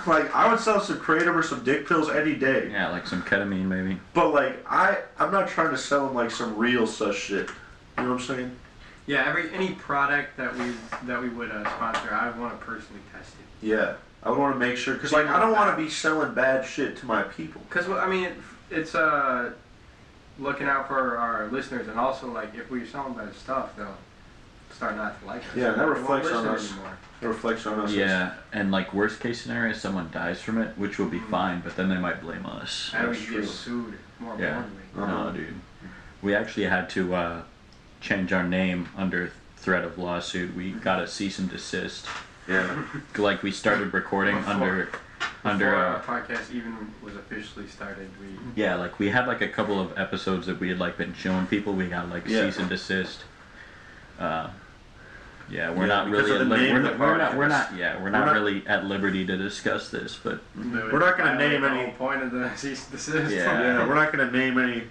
Speaker 1: like I would sell some kratom or some dick pills any day.
Speaker 2: Yeah, like some ketamine maybe.
Speaker 1: But like I, I'm not trying to sell them like some real such shit. You know what I'm saying?
Speaker 3: yeah, every any product that we that we would uh, sponsor, I want to personally test it.
Speaker 1: Yeah. I want to make sure, cause like I don't want to be selling bad shit to my people.
Speaker 3: Cause well, I mean, it, it's uh looking out for our listeners, and also like if we're selling bad stuff, they'll start not to like us.
Speaker 1: Yeah, that
Speaker 3: They won't
Speaker 1: reflects on
Speaker 3: listen
Speaker 1: us.
Speaker 3: Anymore.
Speaker 1: It reflects on us. as-
Speaker 2: Yeah, and like worst case scenario, someone dies from it, which will be
Speaker 3: Mm-hmm.
Speaker 2: fine, but then they might blame us.
Speaker 3: And we
Speaker 1: That's
Speaker 3: get
Speaker 1: true.
Speaker 3: sued. More
Speaker 2: Yeah.
Speaker 3: importantly.
Speaker 1: Uh-huh.
Speaker 2: No, dude. We actually had to uh, change our name under threat of lawsuit. We got a cease and desist.
Speaker 1: Yeah.
Speaker 2: Like we started recording
Speaker 3: Before-
Speaker 2: under, under.
Speaker 3: Before
Speaker 2: Uh,
Speaker 3: our podcast even was officially started, we
Speaker 2: yeah, like we had like a couple of episodes that we had like been showing people. We got like
Speaker 1: Yeah.
Speaker 2: cease and desist. Uh, yeah, we're
Speaker 1: Yeah,
Speaker 2: not
Speaker 1: because
Speaker 2: really.
Speaker 1: of
Speaker 2: At
Speaker 1: the
Speaker 2: li-
Speaker 1: name
Speaker 2: we're,
Speaker 1: of
Speaker 2: not,
Speaker 1: the
Speaker 2: we're not. We're
Speaker 1: podcast.
Speaker 2: not. Yeah, we're, not,
Speaker 1: not-
Speaker 2: really at liberty to discuss this, but
Speaker 1: We're not gonna name
Speaker 3: the
Speaker 1: any-
Speaker 3: whole point of the cease and desist.
Speaker 2: Yeah.
Speaker 1: Yeah. We're not gonna name any,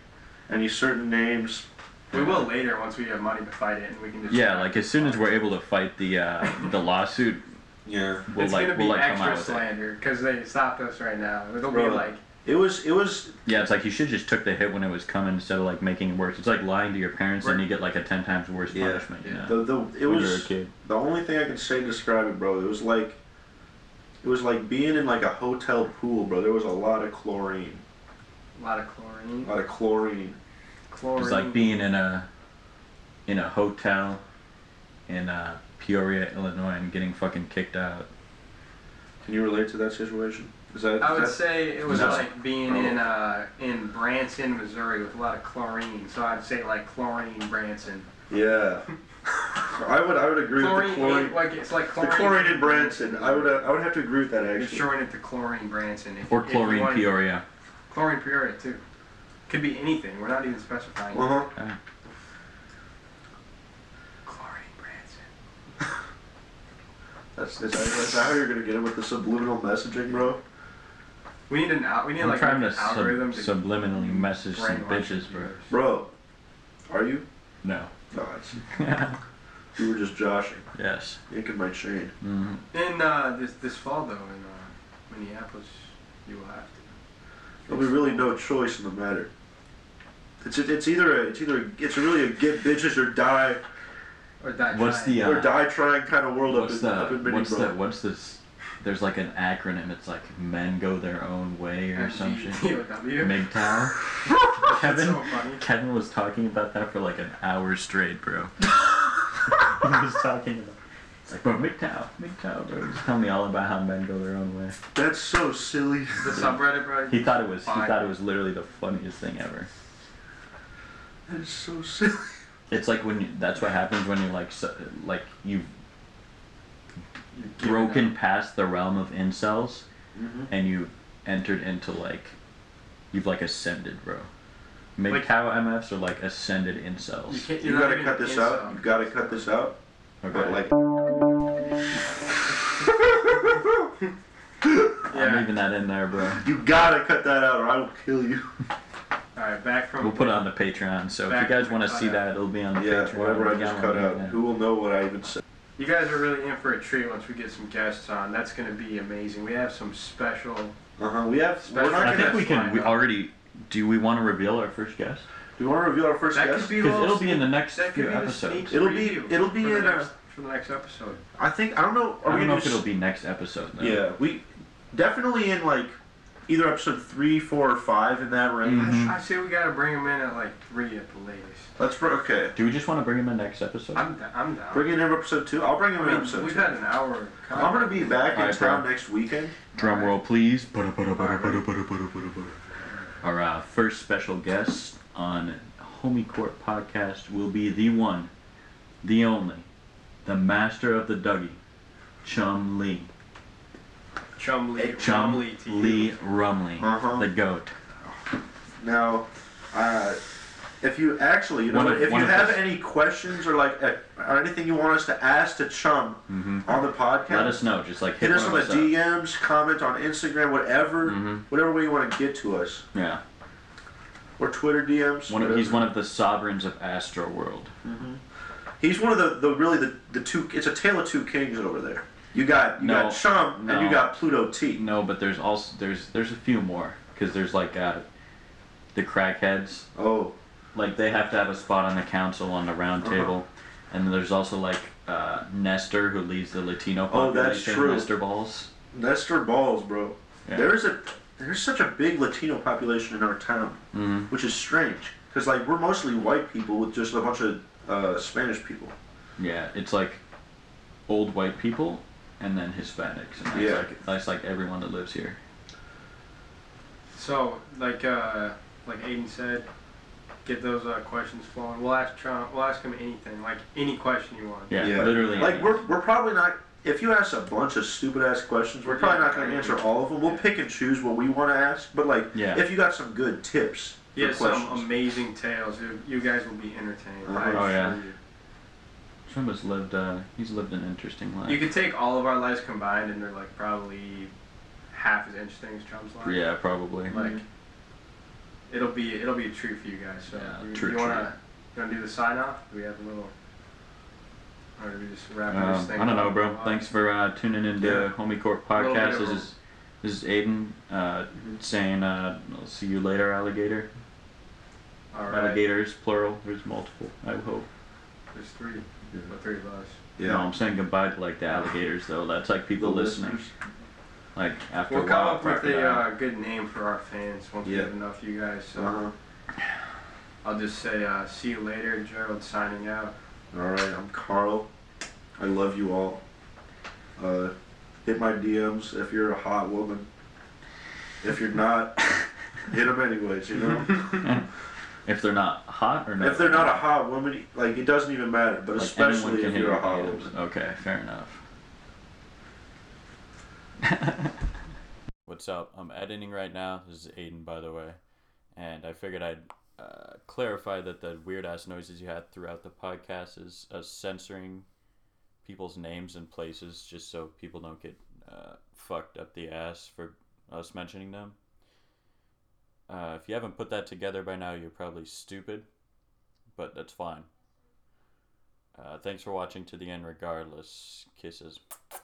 Speaker 1: any certain names.
Speaker 3: We will later once we have money to fight it and we can just
Speaker 2: yeah, like as soon as we're able to fight the uh, the lawsuit,
Speaker 1: Yeah.
Speaker 2: we'll
Speaker 3: it's
Speaker 2: like
Speaker 3: gonna be
Speaker 2: we'll like come out
Speaker 3: extra
Speaker 2: with it.
Speaker 3: slander because they stopped us right now. It'll
Speaker 1: Bro.
Speaker 3: be like
Speaker 1: It was. It was.
Speaker 2: Yeah, it's like you should just took the hit when it was coming instead of like making it worse. It's like lying to your parents and you get like a ten times worse
Speaker 1: Yeah.
Speaker 2: punishment. You know?
Speaker 1: The, the, it
Speaker 2: when
Speaker 1: was.
Speaker 2: you're a kid.
Speaker 1: The only thing I can say to describe it, bro, it was like, it was like being in like a hotel pool, bro. There was a lot of chlorine,
Speaker 3: a lot of
Speaker 1: a
Speaker 3: chlorine.
Speaker 1: lot of chlorine.
Speaker 3: Chlorine.
Speaker 2: It's like being in a in a hotel in uh, Peoria, Illinois, and getting fucking kicked out.
Speaker 1: Can you relate to that situation? Is that,
Speaker 3: I
Speaker 1: is
Speaker 3: would
Speaker 1: that-
Speaker 3: say it was
Speaker 4: No.
Speaker 3: like being
Speaker 1: Oh.
Speaker 3: in uh, in Branson, Missouri, with a lot of chlorine. So I'd say like chlorine Branson.
Speaker 1: yeah. I would I would agree with
Speaker 3: Chlorine,
Speaker 1: the chlorine.
Speaker 3: like it's like
Speaker 1: The
Speaker 3: chlorine.
Speaker 1: chlorine in Branson. I would uh, I would have to agree with that
Speaker 3: You're
Speaker 1: actually.
Speaker 3: showing it to chlorine Branson. If,
Speaker 2: Or
Speaker 3: if you
Speaker 2: chlorine
Speaker 3: want-
Speaker 2: Peoria.
Speaker 3: Chlorine Peoria too. Could be anything. We're not even specifying.
Speaker 1: Uh huh.
Speaker 3: Chlorine Branson.
Speaker 1: That's is that, is that how you're gonna get it with the subliminal messaging, bro?
Speaker 3: We need an out. We need
Speaker 2: I'm
Speaker 3: like
Speaker 2: trying
Speaker 3: an
Speaker 2: to sub-
Speaker 3: algorithm to
Speaker 2: subliminally message some
Speaker 3: brainwash
Speaker 2: bitches, bro.
Speaker 3: computers.
Speaker 1: Bro, are you?
Speaker 2: No.
Speaker 1: No, I see. You were just joshing,
Speaker 2: yes.
Speaker 1: yanking my chain.
Speaker 2: Mhm.
Speaker 3: In uh, this this fall though, in uh, Minneapolis, you will have to.
Speaker 1: There'll be really no choice in the matter. It's it's either a, it's either a, it's really a get bitches or die
Speaker 3: Or die
Speaker 2: What's
Speaker 3: trying.
Speaker 2: the uh,
Speaker 1: or die trying kind of world up
Speaker 2: what's
Speaker 1: in, up
Speaker 2: the
Speaker 1: in Mini
Speaker 2: what's
Speaker 1: Bro.
Speaker 2: the what's this? There's like an acronym. It's like men go their own way or some shit.
Speaker 3: MGTOW.
Speaker 2: MGTOW.
Speaker 3: That's
Speaker 2: Kevin.
Speaker 3: so funny.
Speaker 2: Kevin was talking about that for like an hour straight, bro. he was talking about. It's like, bro, MGTOW, MGTOW, bro. Just tell me all about how men go their own way.
Speaker 1: That's so silly.
Speaker 3: The subreddit, bro.
Speaker 2: He thought it was. He
Speaker 3: Fine.
Speaker 2: thought it was literally the funniest thing ever.
Speaker 1: That's so silly.
Speaker 2: It's like when you, that's what happens when you're like so, like you've
Speaker 3: You're giving
Speaker 2: broken
Speaker 3: up.
Speaker 2: past the realm of incels
Speaker 1: Mm-hmm.
Speaker 2: and you entered into like you've like ascended, bro. MGTOW
Speaker 3: Like-
Speaker 2: MFs are like ascended
Speaker 3: You,
Speaker 2: incels.
Speaker 3: can't,
Speaker 1: You
Speaker 3: you're not
Speaker 1: gotta
Speaker 3: even
Speaker 1: cut this
Speaker 3: in
Speaker 1: out.
Speaker 3: some.
Speaker 1: You gotta cut this out. But
Speaker 2: Okay.
Speaker 1: like,
Speaker 2: I'm
Speaker 3: Yeah.
Speaker 2: leaving that in there, bro.
Speaker 1: you gotta cut that out, or I will kill you.
Speaker 3: All right, back from.
Speaker 2: We'll put it on the Patreon. So if
Speaker 3: Back
Speaker 2: you guys
Speaker 3: to
Speaker 2: want to
Speaker 3: the
Speaker 2: see
Speaker 3: cutout.
Speaker 2: that, it'll be on the
Speaker 1: Yeah,
Speaker 2: Patreon.
Speaker 1: whatever I
Speaker 2: We
Speaker 1: just
Speaker 2: got
Speaker 1: cut
Speaker 2: one
Speaker 1: out.
Speaker 2: right
Speaker 1: Who will know what I even said?
Speaker 3: You guys are really in for a treat once we get some guests on. That's gonna be amazing. We have some special.
Speaker 1: Uh huh. We have. We're
Speaker 3: Special-
Speaker 2: now.
Speaker 1: not gonna.
Speaker 2: I think we
Speaker 3: That's
Speaker 2: can.
Speaker 3: fine,
Speaker 2: We
Speaker 3: though.
Speaker 2: already. Do we want to reveal our first guest?
Speaker 1: Do you want to reveal our first
Speaker 3: That
Speaker 1: guest?
Speaker 3: could be. a
Speaker 2: Because
Speaker 3: little
Speaker 2: it'll be in the next
Speaker 3: That
Speaker 2: few
Speaker 3: could be the sneak
Speaker 2: episodes.
Speaker 1: It'll be-
Speaker 3: preview
Speaker 1: it'll be uh,
Speaker 3: for the
Speaker 1: in our-
Speaker 3: next, for the next episode.
Speaker 4: I think I don't know.
Speaker 2: I
Speaker 4: Are we
Speaker 2: don't
Speaker 4: gonna
Speaker 2: know if
Speaker 4: do
Speaker 2: it'll be next episode. Though.
Speaker 1: Yeah.
Speaker 4: We definitely in like either episode three, four, or five in that range.
Speaker 1: Mm-hmm.
Speaker 2: Mhm.
Speaker 3: I say we gotta bring them in at like three at the latest.
Speaker 1: Let's br- okay.
Speaker 2: Do we just want to bring him in next episode?
Speaker 3: I'm da- I'm down.
Speaker 1: Bring in episode two. I'll bring him
Speaker 3: I
Speaker 1: in
Speaker 3: mean,
Speaker 1: episode
Speaker 3: we've
Speaker 1: two.
Speaker 3: had an hour. of
Speaker 1: I'm gonna
Speaker 3: content.
Speaker 1: be back in
Speaker 2: Alright, bro.
Speaker 1: town next weekend.
Speaker 2: Drum roll, please. Our uh, first special guest on Homie Court Podcast will be the one, the only, the master of the Dougie, Chum Lee.
Speaker 3: Chum Lee.
Speaker 2: Chum
Speaker 3: Chum Lee. to you.
Speaker 2: Lee Rumley,
Speaker 1: Uh-huh.
Speaker 2: the goat.
Speaker 1: Now, uh, if you actually, you know,
Speaker 2: One
Speaker 1: what,
Speaker 2: of-
Speaker 1: if you
Speaker 2: one of
Speaker 1: have
Speaker 2: us.
Speaker 1: any questions or like uh, or anything you want us to ask to Chum on the podcast,
Speaker 2: Mm-hmm. Let us know. Just like
Speaker 1: hit us on the
Speaker 2: one of up.
Speaker 1: DMs, comment on Instagram, whatever,
Speaker 2: Mhm.
Speaker 1: whatever way you want to get to us,
Speaker 2: Yeah,
Speaker 1: or Twitter DMs.
Speaker 2: one of,
Speaker 1: whatever.
Speaker 2: he's one of the sovereigns of Astro World.
Speaker 1: He's one of the, the really the, the two. It's a tale of two kings over there. You got you
Speaker 2: No.
Speaker 1: got Chum
Speaker 2: No.
Speaker 1: and you got Pluto T.
Speaker 2: No, but there's also there's there's a few more because there's like uh, the crackheads.
Speaker 1: Oh,
Speaker 2: Like they have to have a spot on the council on the round
Speaker 1: Uh-huh.
Speaker 2: table, and then there's also like uh, Nestor who leads the Latino
Speaker 1: Oh,
Speaker 2: population.
Speaker 1: that's true.
Speaker 2: Nestor Balls.
Speaker 1: Nestor balls, bro.
Speaker 2: Yeah.
Speaker 1: There is a there's such a big Latino population in our town,
Speaker 2: Mhm.
Speaker 1: which is strange because like we're mostly white people with just a bunch of uh, Spanish people.
Speaker 2: Yeah, it's like old white people and then Hispanics, and that's
Speaker 1: Yeah.
Speaker 2: like that's like everyone that lives here.
Speaker 3: So, like, uh, like Aiden said, get those uh, questions flowing. We'll ask Trump. We'll ask him anything, like any question you want.
Speaker 2: Yeah, literally.
Speaker 1: Like we're, we're probably not. If you ask a bunch of stupid ass questions, we're probably not going to answer all of them. We'll pick and choose what we want to ask. But like,
Speaker 2: Yeah.
Speaker 1: if you got some good tips,
Speaker 3: He
Speaker 1: for
Speaker 3: has some
Speaker 1: questions,
Speaker 3: amazing tales. You, you guys will be entertained. I
Speaker 1: Uh-huh.
Speaker 2: Oh, yeah.
Speaker 3: assure you.
Speaker 2: Trump has lived. Uh, he's lived an interesting life.
Speaker 3: You could take all of our lives combined, and they're like probably half as interesting as Trump's life.
Speaker 2: yeah, probably.
Speaker 3: Like, it'll be it'll be a treat for you guys. So,
Speaker 2: Yeah,
Speaker 3: you,
Speaker 2: true,
Speaker 3: you wanna you wanna do the sign off? Do we have a little? Or do we just wrap this
Speaker 2: Um,
Speaker 3: thing?
Speaker 2: I don't know,
Speaker 3: up?
Speaker 2: bro. Thanks for uh, tuning into
Speaker 1: Yeah.
Speaker 2: Homie Court
Speaker 3: Little bit
Speaker 2: Podcast.
Speaker 3: of Mm-hmm.
Speaker 2: This
Speaker 3: a-
Speaker 2: is this is Aiden uh, saying, uh, "I'll see you later, alligator."
Speaker 3: All right.
Speaker 2: Alligators, plural. There's multiple. I hope.
Speaker 3: There's three. Well, three of us.
Speaker 1: yeah.
Speaker 2: No, I'm saying goodbye to like the alligators though. That's like people
Speaker 1: The
Speaker 2: listening.
Speaker 1: listeners.
Speaker 2: Like after
Speaker 3: We'll
Speaker 2: a
Speaker 3: come
Speaker 2: while,
Speaker 3: up with a
Speaker 2: crocodile.
Speaker 3: uh, good name for our fans once we
Speaker 1: Yeah.
Speaker 3: have enough of you guys. So
Speaker 1: Uh-huh.
Speaker 3: I'll just say, uh, see you later. Gerald signing out.
Speaker 1: All right, I'm Carl. I love you all. Uh, hit my DMs if you're a hot woman. If you're not, hit them anyways. You know.
Speaker 2: If they're not hot or not.
Speaker 1: If they're not a hot woman, like it doesn't even matter. But
Speaker 2: Like, anyone
Speaker 1: especially
Speaker 2: can
Speaker 1: if
Speaker 2: hit
Speaker 1: you're
Speaker 2: your
Speaker 1: a hot
Speaker 2: DMs.
Speaker 1: woman.
Speaker 2: Okay, fair enough. What's up? I'm editing right now. This is Aiden, by the way, and I figured I'd uh, clarify that the weird ass noises you had throughout the podcast is us censoring people's names and places, just so people don't get uh, fucked up the ass for us mentioning them. Uh, if you haven't put that together by now, you're probably stupid, but that's fine. Uh, thanks for watching to the end, regardless. Kisses.